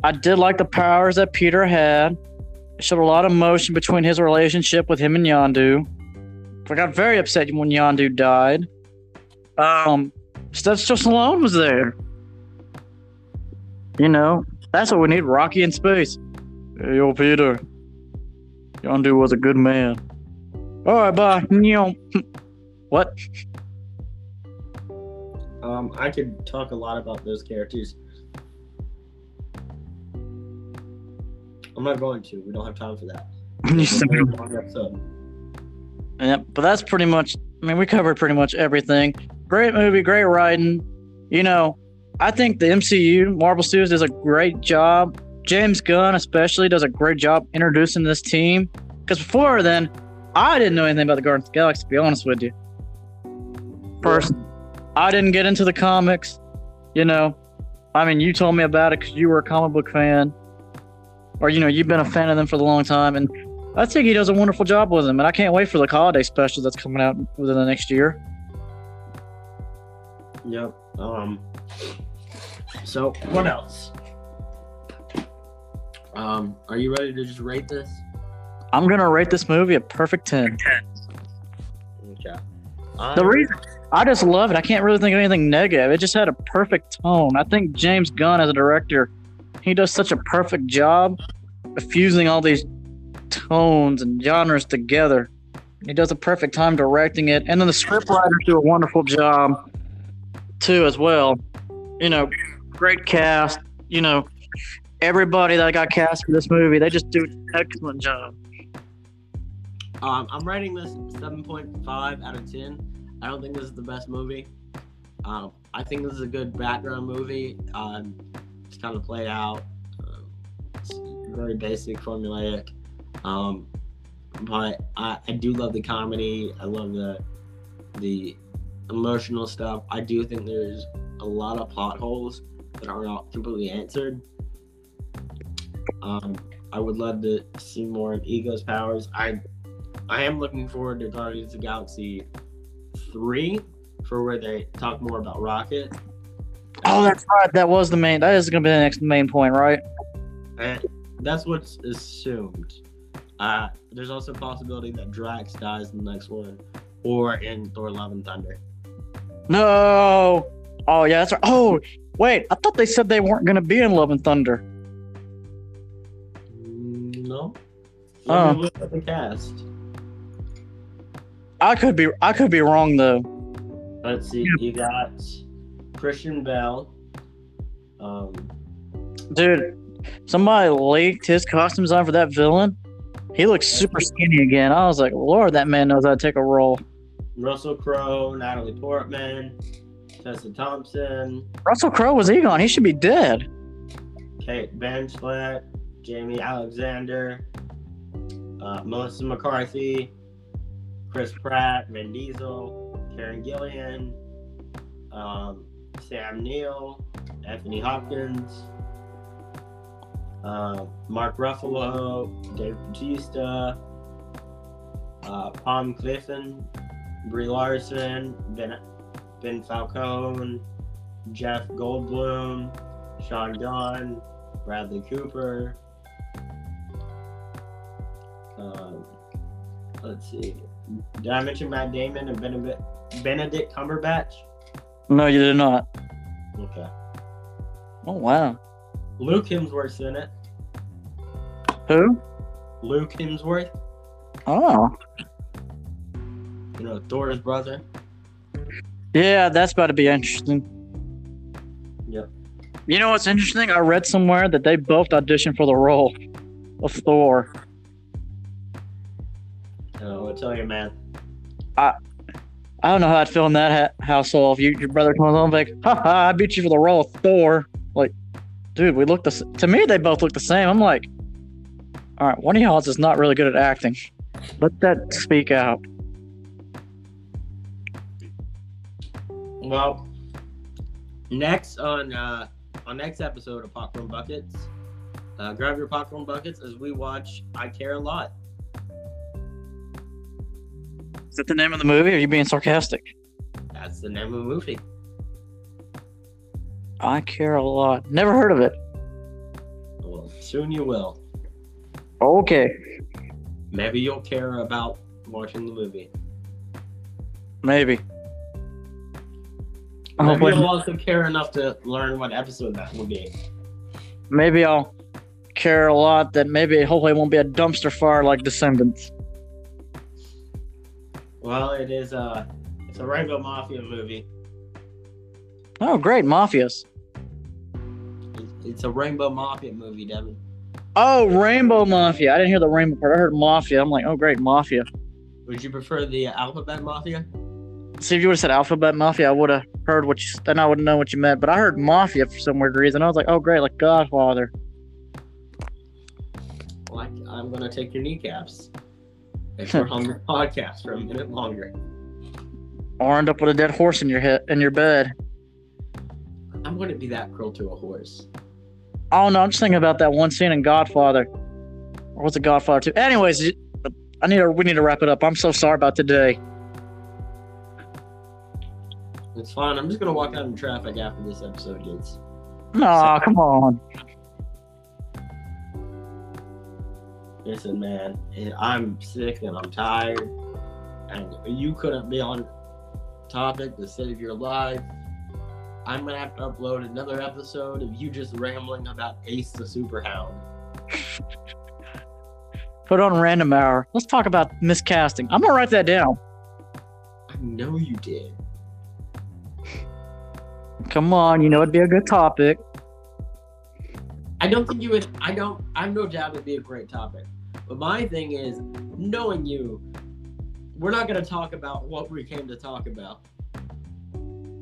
B: I did like the powers that Peter had. It showed a lot of motion between his relationship with him and Yondu. I got very upset when Yondu died. Um, Steph Stallone was there. You know, that's what we need. Rocky in space. Hey, yo, Peter. Yondu was a good man. All right, bye. Nyeom. What?
A: Um, I could talk a lot about those characters. I'm not going to. We don't have time for that.
B: You
A: It's a very
B: said-
A: long episode.
B: Yeah, but that's pretty much. I mean, we covered pretty much everything. Great movie, great writing. You know, I think the MCU, Marvel Studios, does a great job. James Gunn, especially, does a great job introducing this team. Because before then, I didn't know anything about the Guardians of the Galaxy. To be honest with you, First, I didn't get into the comics. You know, I mean, you told me about it because you were a comic book fan, or you know, you've been a fan of them for a long time, and I think he does a wonderful job with him, and I can't wait for the holiday special that's coming out within the next year.
E: Yep. Um. So
A: What else? Um, are you ready to just rate this?
B: I'm gonna rate this movie a perfect ten.
A: Okay. Um,
B: The reason I just love it, I can't really think of anything negative. It just had a perfect tone. I think James Gunn as a director, he does such a perfect job of fusing all these tones and genres together. He does a perfect time directing it, and then the scriptwriters do a wonderful job too, as well. You know, great cast. You know, everybody that got cast for this movie, they just do an excellent job.
A: Um, I'm rating this 7.5 out of 10. I don't think this is the best movie. Um, I think this is a good background movie. Um, it's kind of played out. Um, it's very basic, formulaic. Um, but I, I do love the comedy. I love the the emotional stuff. I do think there's a lot of plot holes that are not completely answered. Um, I would love to see more of Ego's powers. I I am looking forward to Guardians of the Galaxy three for where they talk more about Rocket.
B: Oh, that's right. That was the main. That is going to be the next main point, right?
A: And Eh, that's what's assumed. Uh, there's also a possibility that Drax dies in the next one, or in Thor: Love and Thunder.
B: No. Oh yeah, that's right. Oh wait, I thought they said they weren't going to be in Love and Thunder.
A: Mm, No.
B: Oh.
A: Let me look at the cast.
B: I could be. I could be wrong though.
A: Let's see. You got Christian Bell. Um,
B: Dude, somebody leaked his costume design for that villain. He looks super skinny again. I was like, Lord, that man knows how to take a role.
A: Russell Crowe, Natalie Portman, Tessa Thompson,
B: Russell Crowe was Egon. He should be dead.
A: Kate Benchlet, Jamie Alexander, uh, Melissa McCarthy, Chris Pratt, Vin Diesel, Karen Gillian, um, Sam Neill, Anthony Hopkins, uh, Mark Ruffalo, Dave Bautista, uh, Palm Clifton, Brie Larson, Ben, ben Falcone, Jeff Goldblum, Sean Gunn, Bradley Cooper. Um, let's see. Did I mention Matt Damon and Benedict, Benedict Cumberbatch?
B: No, you did not.
A: Okay.
B: Oh wow.
A: Luke Hemsworth's in it.
B: Who?
A: Luke Hemsworth,
B: Oh.
A: you know, Thor's brother.
B: Yeah, that's about to be interesting.
A: Yep.
B: You know what's interesting? I read somewhere that they both auditioned for the role of Thor.
A: So I tell you, man.
B: I don't know how I'd feel in that ha- household if you, your brother comes home like, ha ha, I beat you for the role of Thor. Like, dude, we look the s- to me they both look the same. I'm like, all right, one of y'all is just not really good at acting. Let that speak out.
A: Well, next on uh, on next episode of Popcorn Buckets, uh, grab your popcorn buckets as we watch I Care a Lot.
B: Is that the name of the movie? Or are you being sarcastic?
A: That's the name of the movie.
B: I care a lot. Never heard of it.
A: Well, soon you will.
B: Okay,
A: Maybe you'll care about watching the movie.
B: maybe. I hope
A: Maybe
B: I-
A: you'll also care enough to learn what episode that will be.
B: maybe I'll care a lot that maybe hopefully it won't be a dumpster fire like Descendants.
A: Well, it is uh it's a Rainbow Mafia movie.
B: Oh, great, mafias.
A: It's- It's a Rainbow Mafia movie, Devin.
B: Oh, Rainbow Mafia. I didn't hear the rainbow part. I heard mafia. I'm like, oh, great, mafia.
A: Would you prefer the Alphabet Mafia?
B: See, if you would have said alphabet mafia, I would have heard what you, then I wouldn't know what you meant. But I heard mafia for some weird reason. I was like, oh, great, like Godfather.
A: Like I'm gonna take your kneecaps. If we're on the podcast for a minute longer.
B: Or end up with a dead horse in your head, in your bed.
A: I wouldn't be that cruel to a horse.
B: Oh no, I'm just thinking about that one scene in Godfather. Or was it Godfather 2? Anyways, y- I need to, we need to wrap it up. I'm so sorry about today.
A: It's fine. I'm just gonna walk out in traffic after this episode gets.
B: Aw, come on.
A: Listen, man, and I'm sick and I'm tired, and you couldn't be on topic to save your life. I'm gonna have to upload another episode of you just rambling about Ace the Superhound.
B: Put on random hour. Let's talk about miscasting. I'm gonna write that down.
A: I know you did.
B: Come on, you know it'd be a good topic.
A: I don't think you would. I don't. I have no doubt it'd be a great topic. But my thing is, knowing you, we're not gonna talk about what we came to talk about.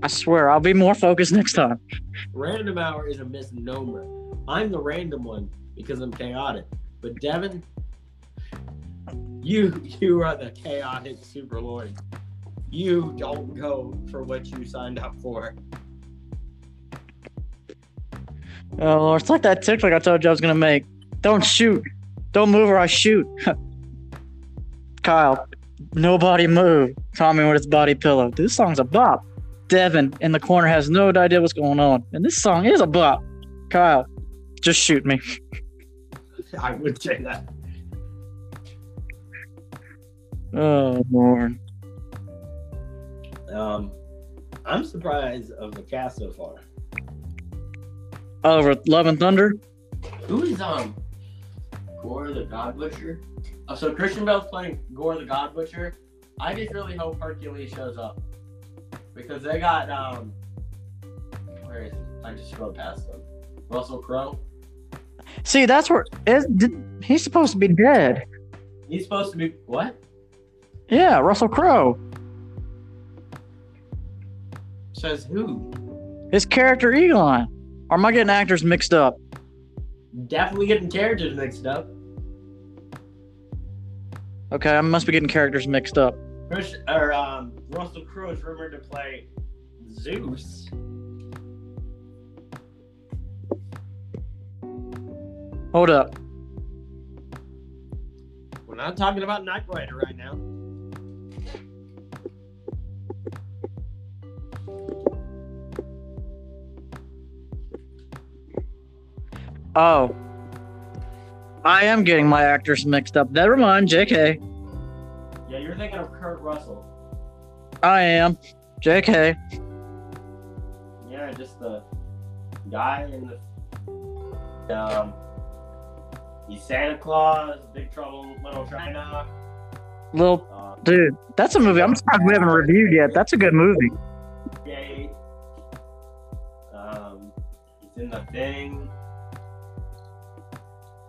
B: I swear, I'll be more focused next time.
A: Random hour is a misnomer. I'm the random one because I'm chaotic. But Devin, you you are the chaotic superlord. You don't go for what you signed up for.
B: Oh Lord, it's like that TikTok I told you I was gonna make. Don't shoot. Don't move or I shoot. Kyle, nobody move. Tommy with his body pillow. This song's a bop. Devin in the corner has no idea what's going on. And this song is a bop. Kyle, just shoot me.
A: I would say that.
B: Oh Lord.
A: Um, I'm surprised of the cast so far.
B: Over Love and Thunder.
A: Who is um Gore the God Butcher? Oh, so Christian Bell's playing Gore the God Butcher. I just really hope Hercules shows up because they got um. Where is he? I just scrolled past him. Russell Crowe.
B: See, that's where it, did- he's supposed to be dead.
A: He's supposed to be what?
B: Yeah, Russell Crowe.
A: Says who?
B: His character Elon. Or am I getting actors mixed up?
A: Definitely getting characters mixed up.
B: Okay, I must be getting characters mixed up.
A: Chris or um Russell Crowe is rumored to play Zeus.
B: Hold up.
A: We're not talking about Knight Rider right now.
B: Oh. I am getting my actors mixed up. Never mind, JK.
A: Yeah, you're thinking of Kurt Russell.
B: I am. JK.
A: Yeah, just the guy in the um, he's Santa Claus, Big Trouble, in Little China.
B: Little
A: Uh,
B: dude. That's a movie I'm surprised we haven't reviewed yet. That's a good movie.
A: Jay. Um, he's in the thing.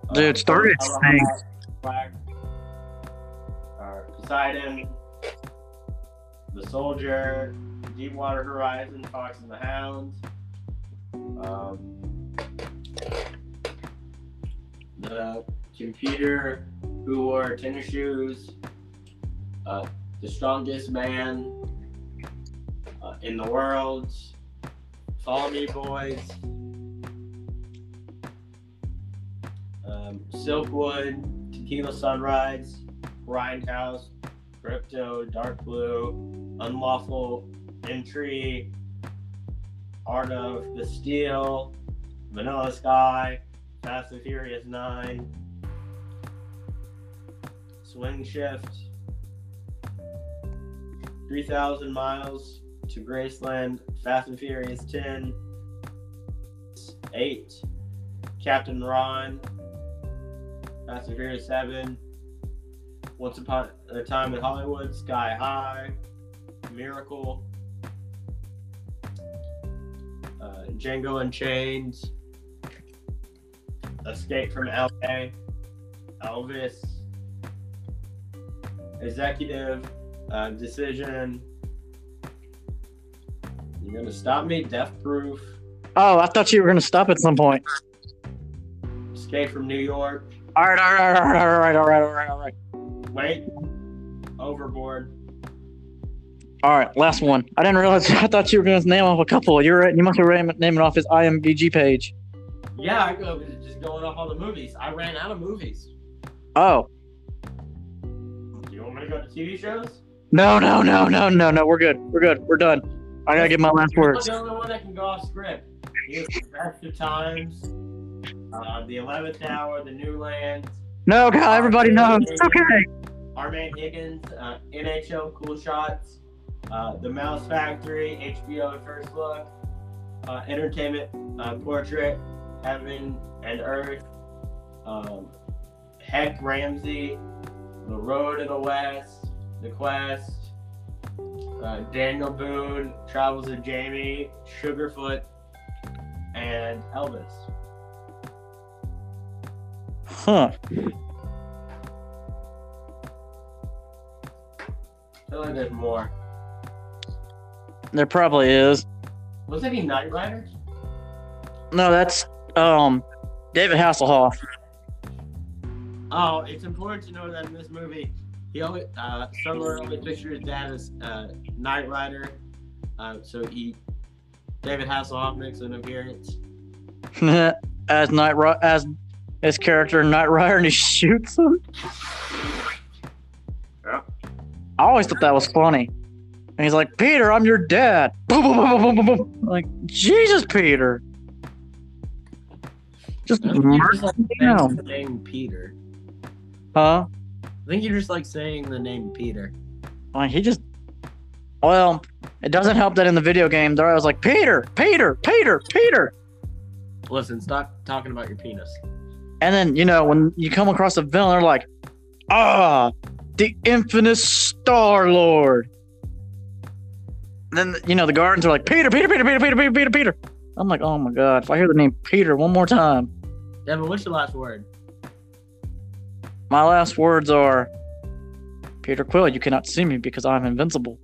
A: Uh,
B: Dude, start it,
A: Colorado
B: Thing.
A: Black, or Poseidon, the Soldier, Deepwater Horizon, Fox and the Hound. Um, the computer who wore tennis shoes. Uh, the strongest man uh, in the world. Follow me, boys. Um, Silkwood, Tequila Sunrise, Grindhouse, Crypto, Dark Blue, Unlawful Entry, Art of the Steel, Vanilla Sky, Fast and Furious 9, Swing Shift, 3,000 Miles, to Graceland, Fast and Furious 10, 8, Captain Ron, Fast and Furious 7, Once Upon a Time in Hollywood, Sky High, Miracle, uh, Django Unchained, Escape from LA, Elvis, Executive, uh, Decision, you're gonna stop me, death proof,
B: Oh, I thought you were gonna stop at some point.
A: escape from New York,
B: Alright, alright, alright, alright, alright, alright, alright.
A: wait, overboard.
B: Alright, last one. I didn't realize I thought you were gonna name off a couple. You're right, you must be ram- naming off his IMBG page.
A: Yeah, I go just going off all the movies. I ran out of movies.
B: Oh.
A: Do you want me to go to TV shows?
B: No, no, no, no, no, no. We're good. We're good. We're done. I gotta get my last words.
A: the only one that can go off script. He was Best of Times, uh, The Eleventh Hour, The New Land,
B: No, God, everybody knows. It's okay.
A: Armand Higgins, uh, NHL Cool Shots, uh, The Mouse Factory, HBO First Look, uh, Entertainment uh, Portrait, Heaven and Earth, um, Heck Ramsey, The Road to the West, The Quest, uh, Daniel Boone, Travels of Jamie, Sugarfoot, and Elvis.
B: Huh.
A: I feel like there's more.
B: There probably is.
A: Was any Night Riders?
B: No, that's um David Hasselhoff.
A: Oh, it's important to know that in this movie, he always uh, Summer always pictured his dad as uh, Knight Rider. Uh, so he, David Hasselhoff makes an appearance.
B: as Night Ri- as his character Night Rider and he shoots him.
F: Yeah.
B: I always thought that was funny. And he's like, Peter, I'm your dad. Boom, boom, boom, boom, boom, boom, boom. Like, Jesus, Peter. Just mm-hmm.
A: I think you
B: murder
A: just like
B: him
A: saying
B: down.
A: the name Peter.
B: Huh?
A: I think you just like saying the name Peter.
B: Like, he just. Well, it doesn't help that in the video game, there I was like, Peter, Peter, Peter, Peter.
A: Listen, stop talking about your penis.
B: And then, you know, when you come across a villain, they're like, ah, the infamous Star Lord. Then, you know, the guardians are like, Peter, Peter, Peter, Peter, Peter, Peter, Peter, Peter. I'm like, oh my God, if I hear the name Peter one more time,
A: Devin, what's your last word?
B: my last words are, Peter Quill, you cannot see me because I'm invincible.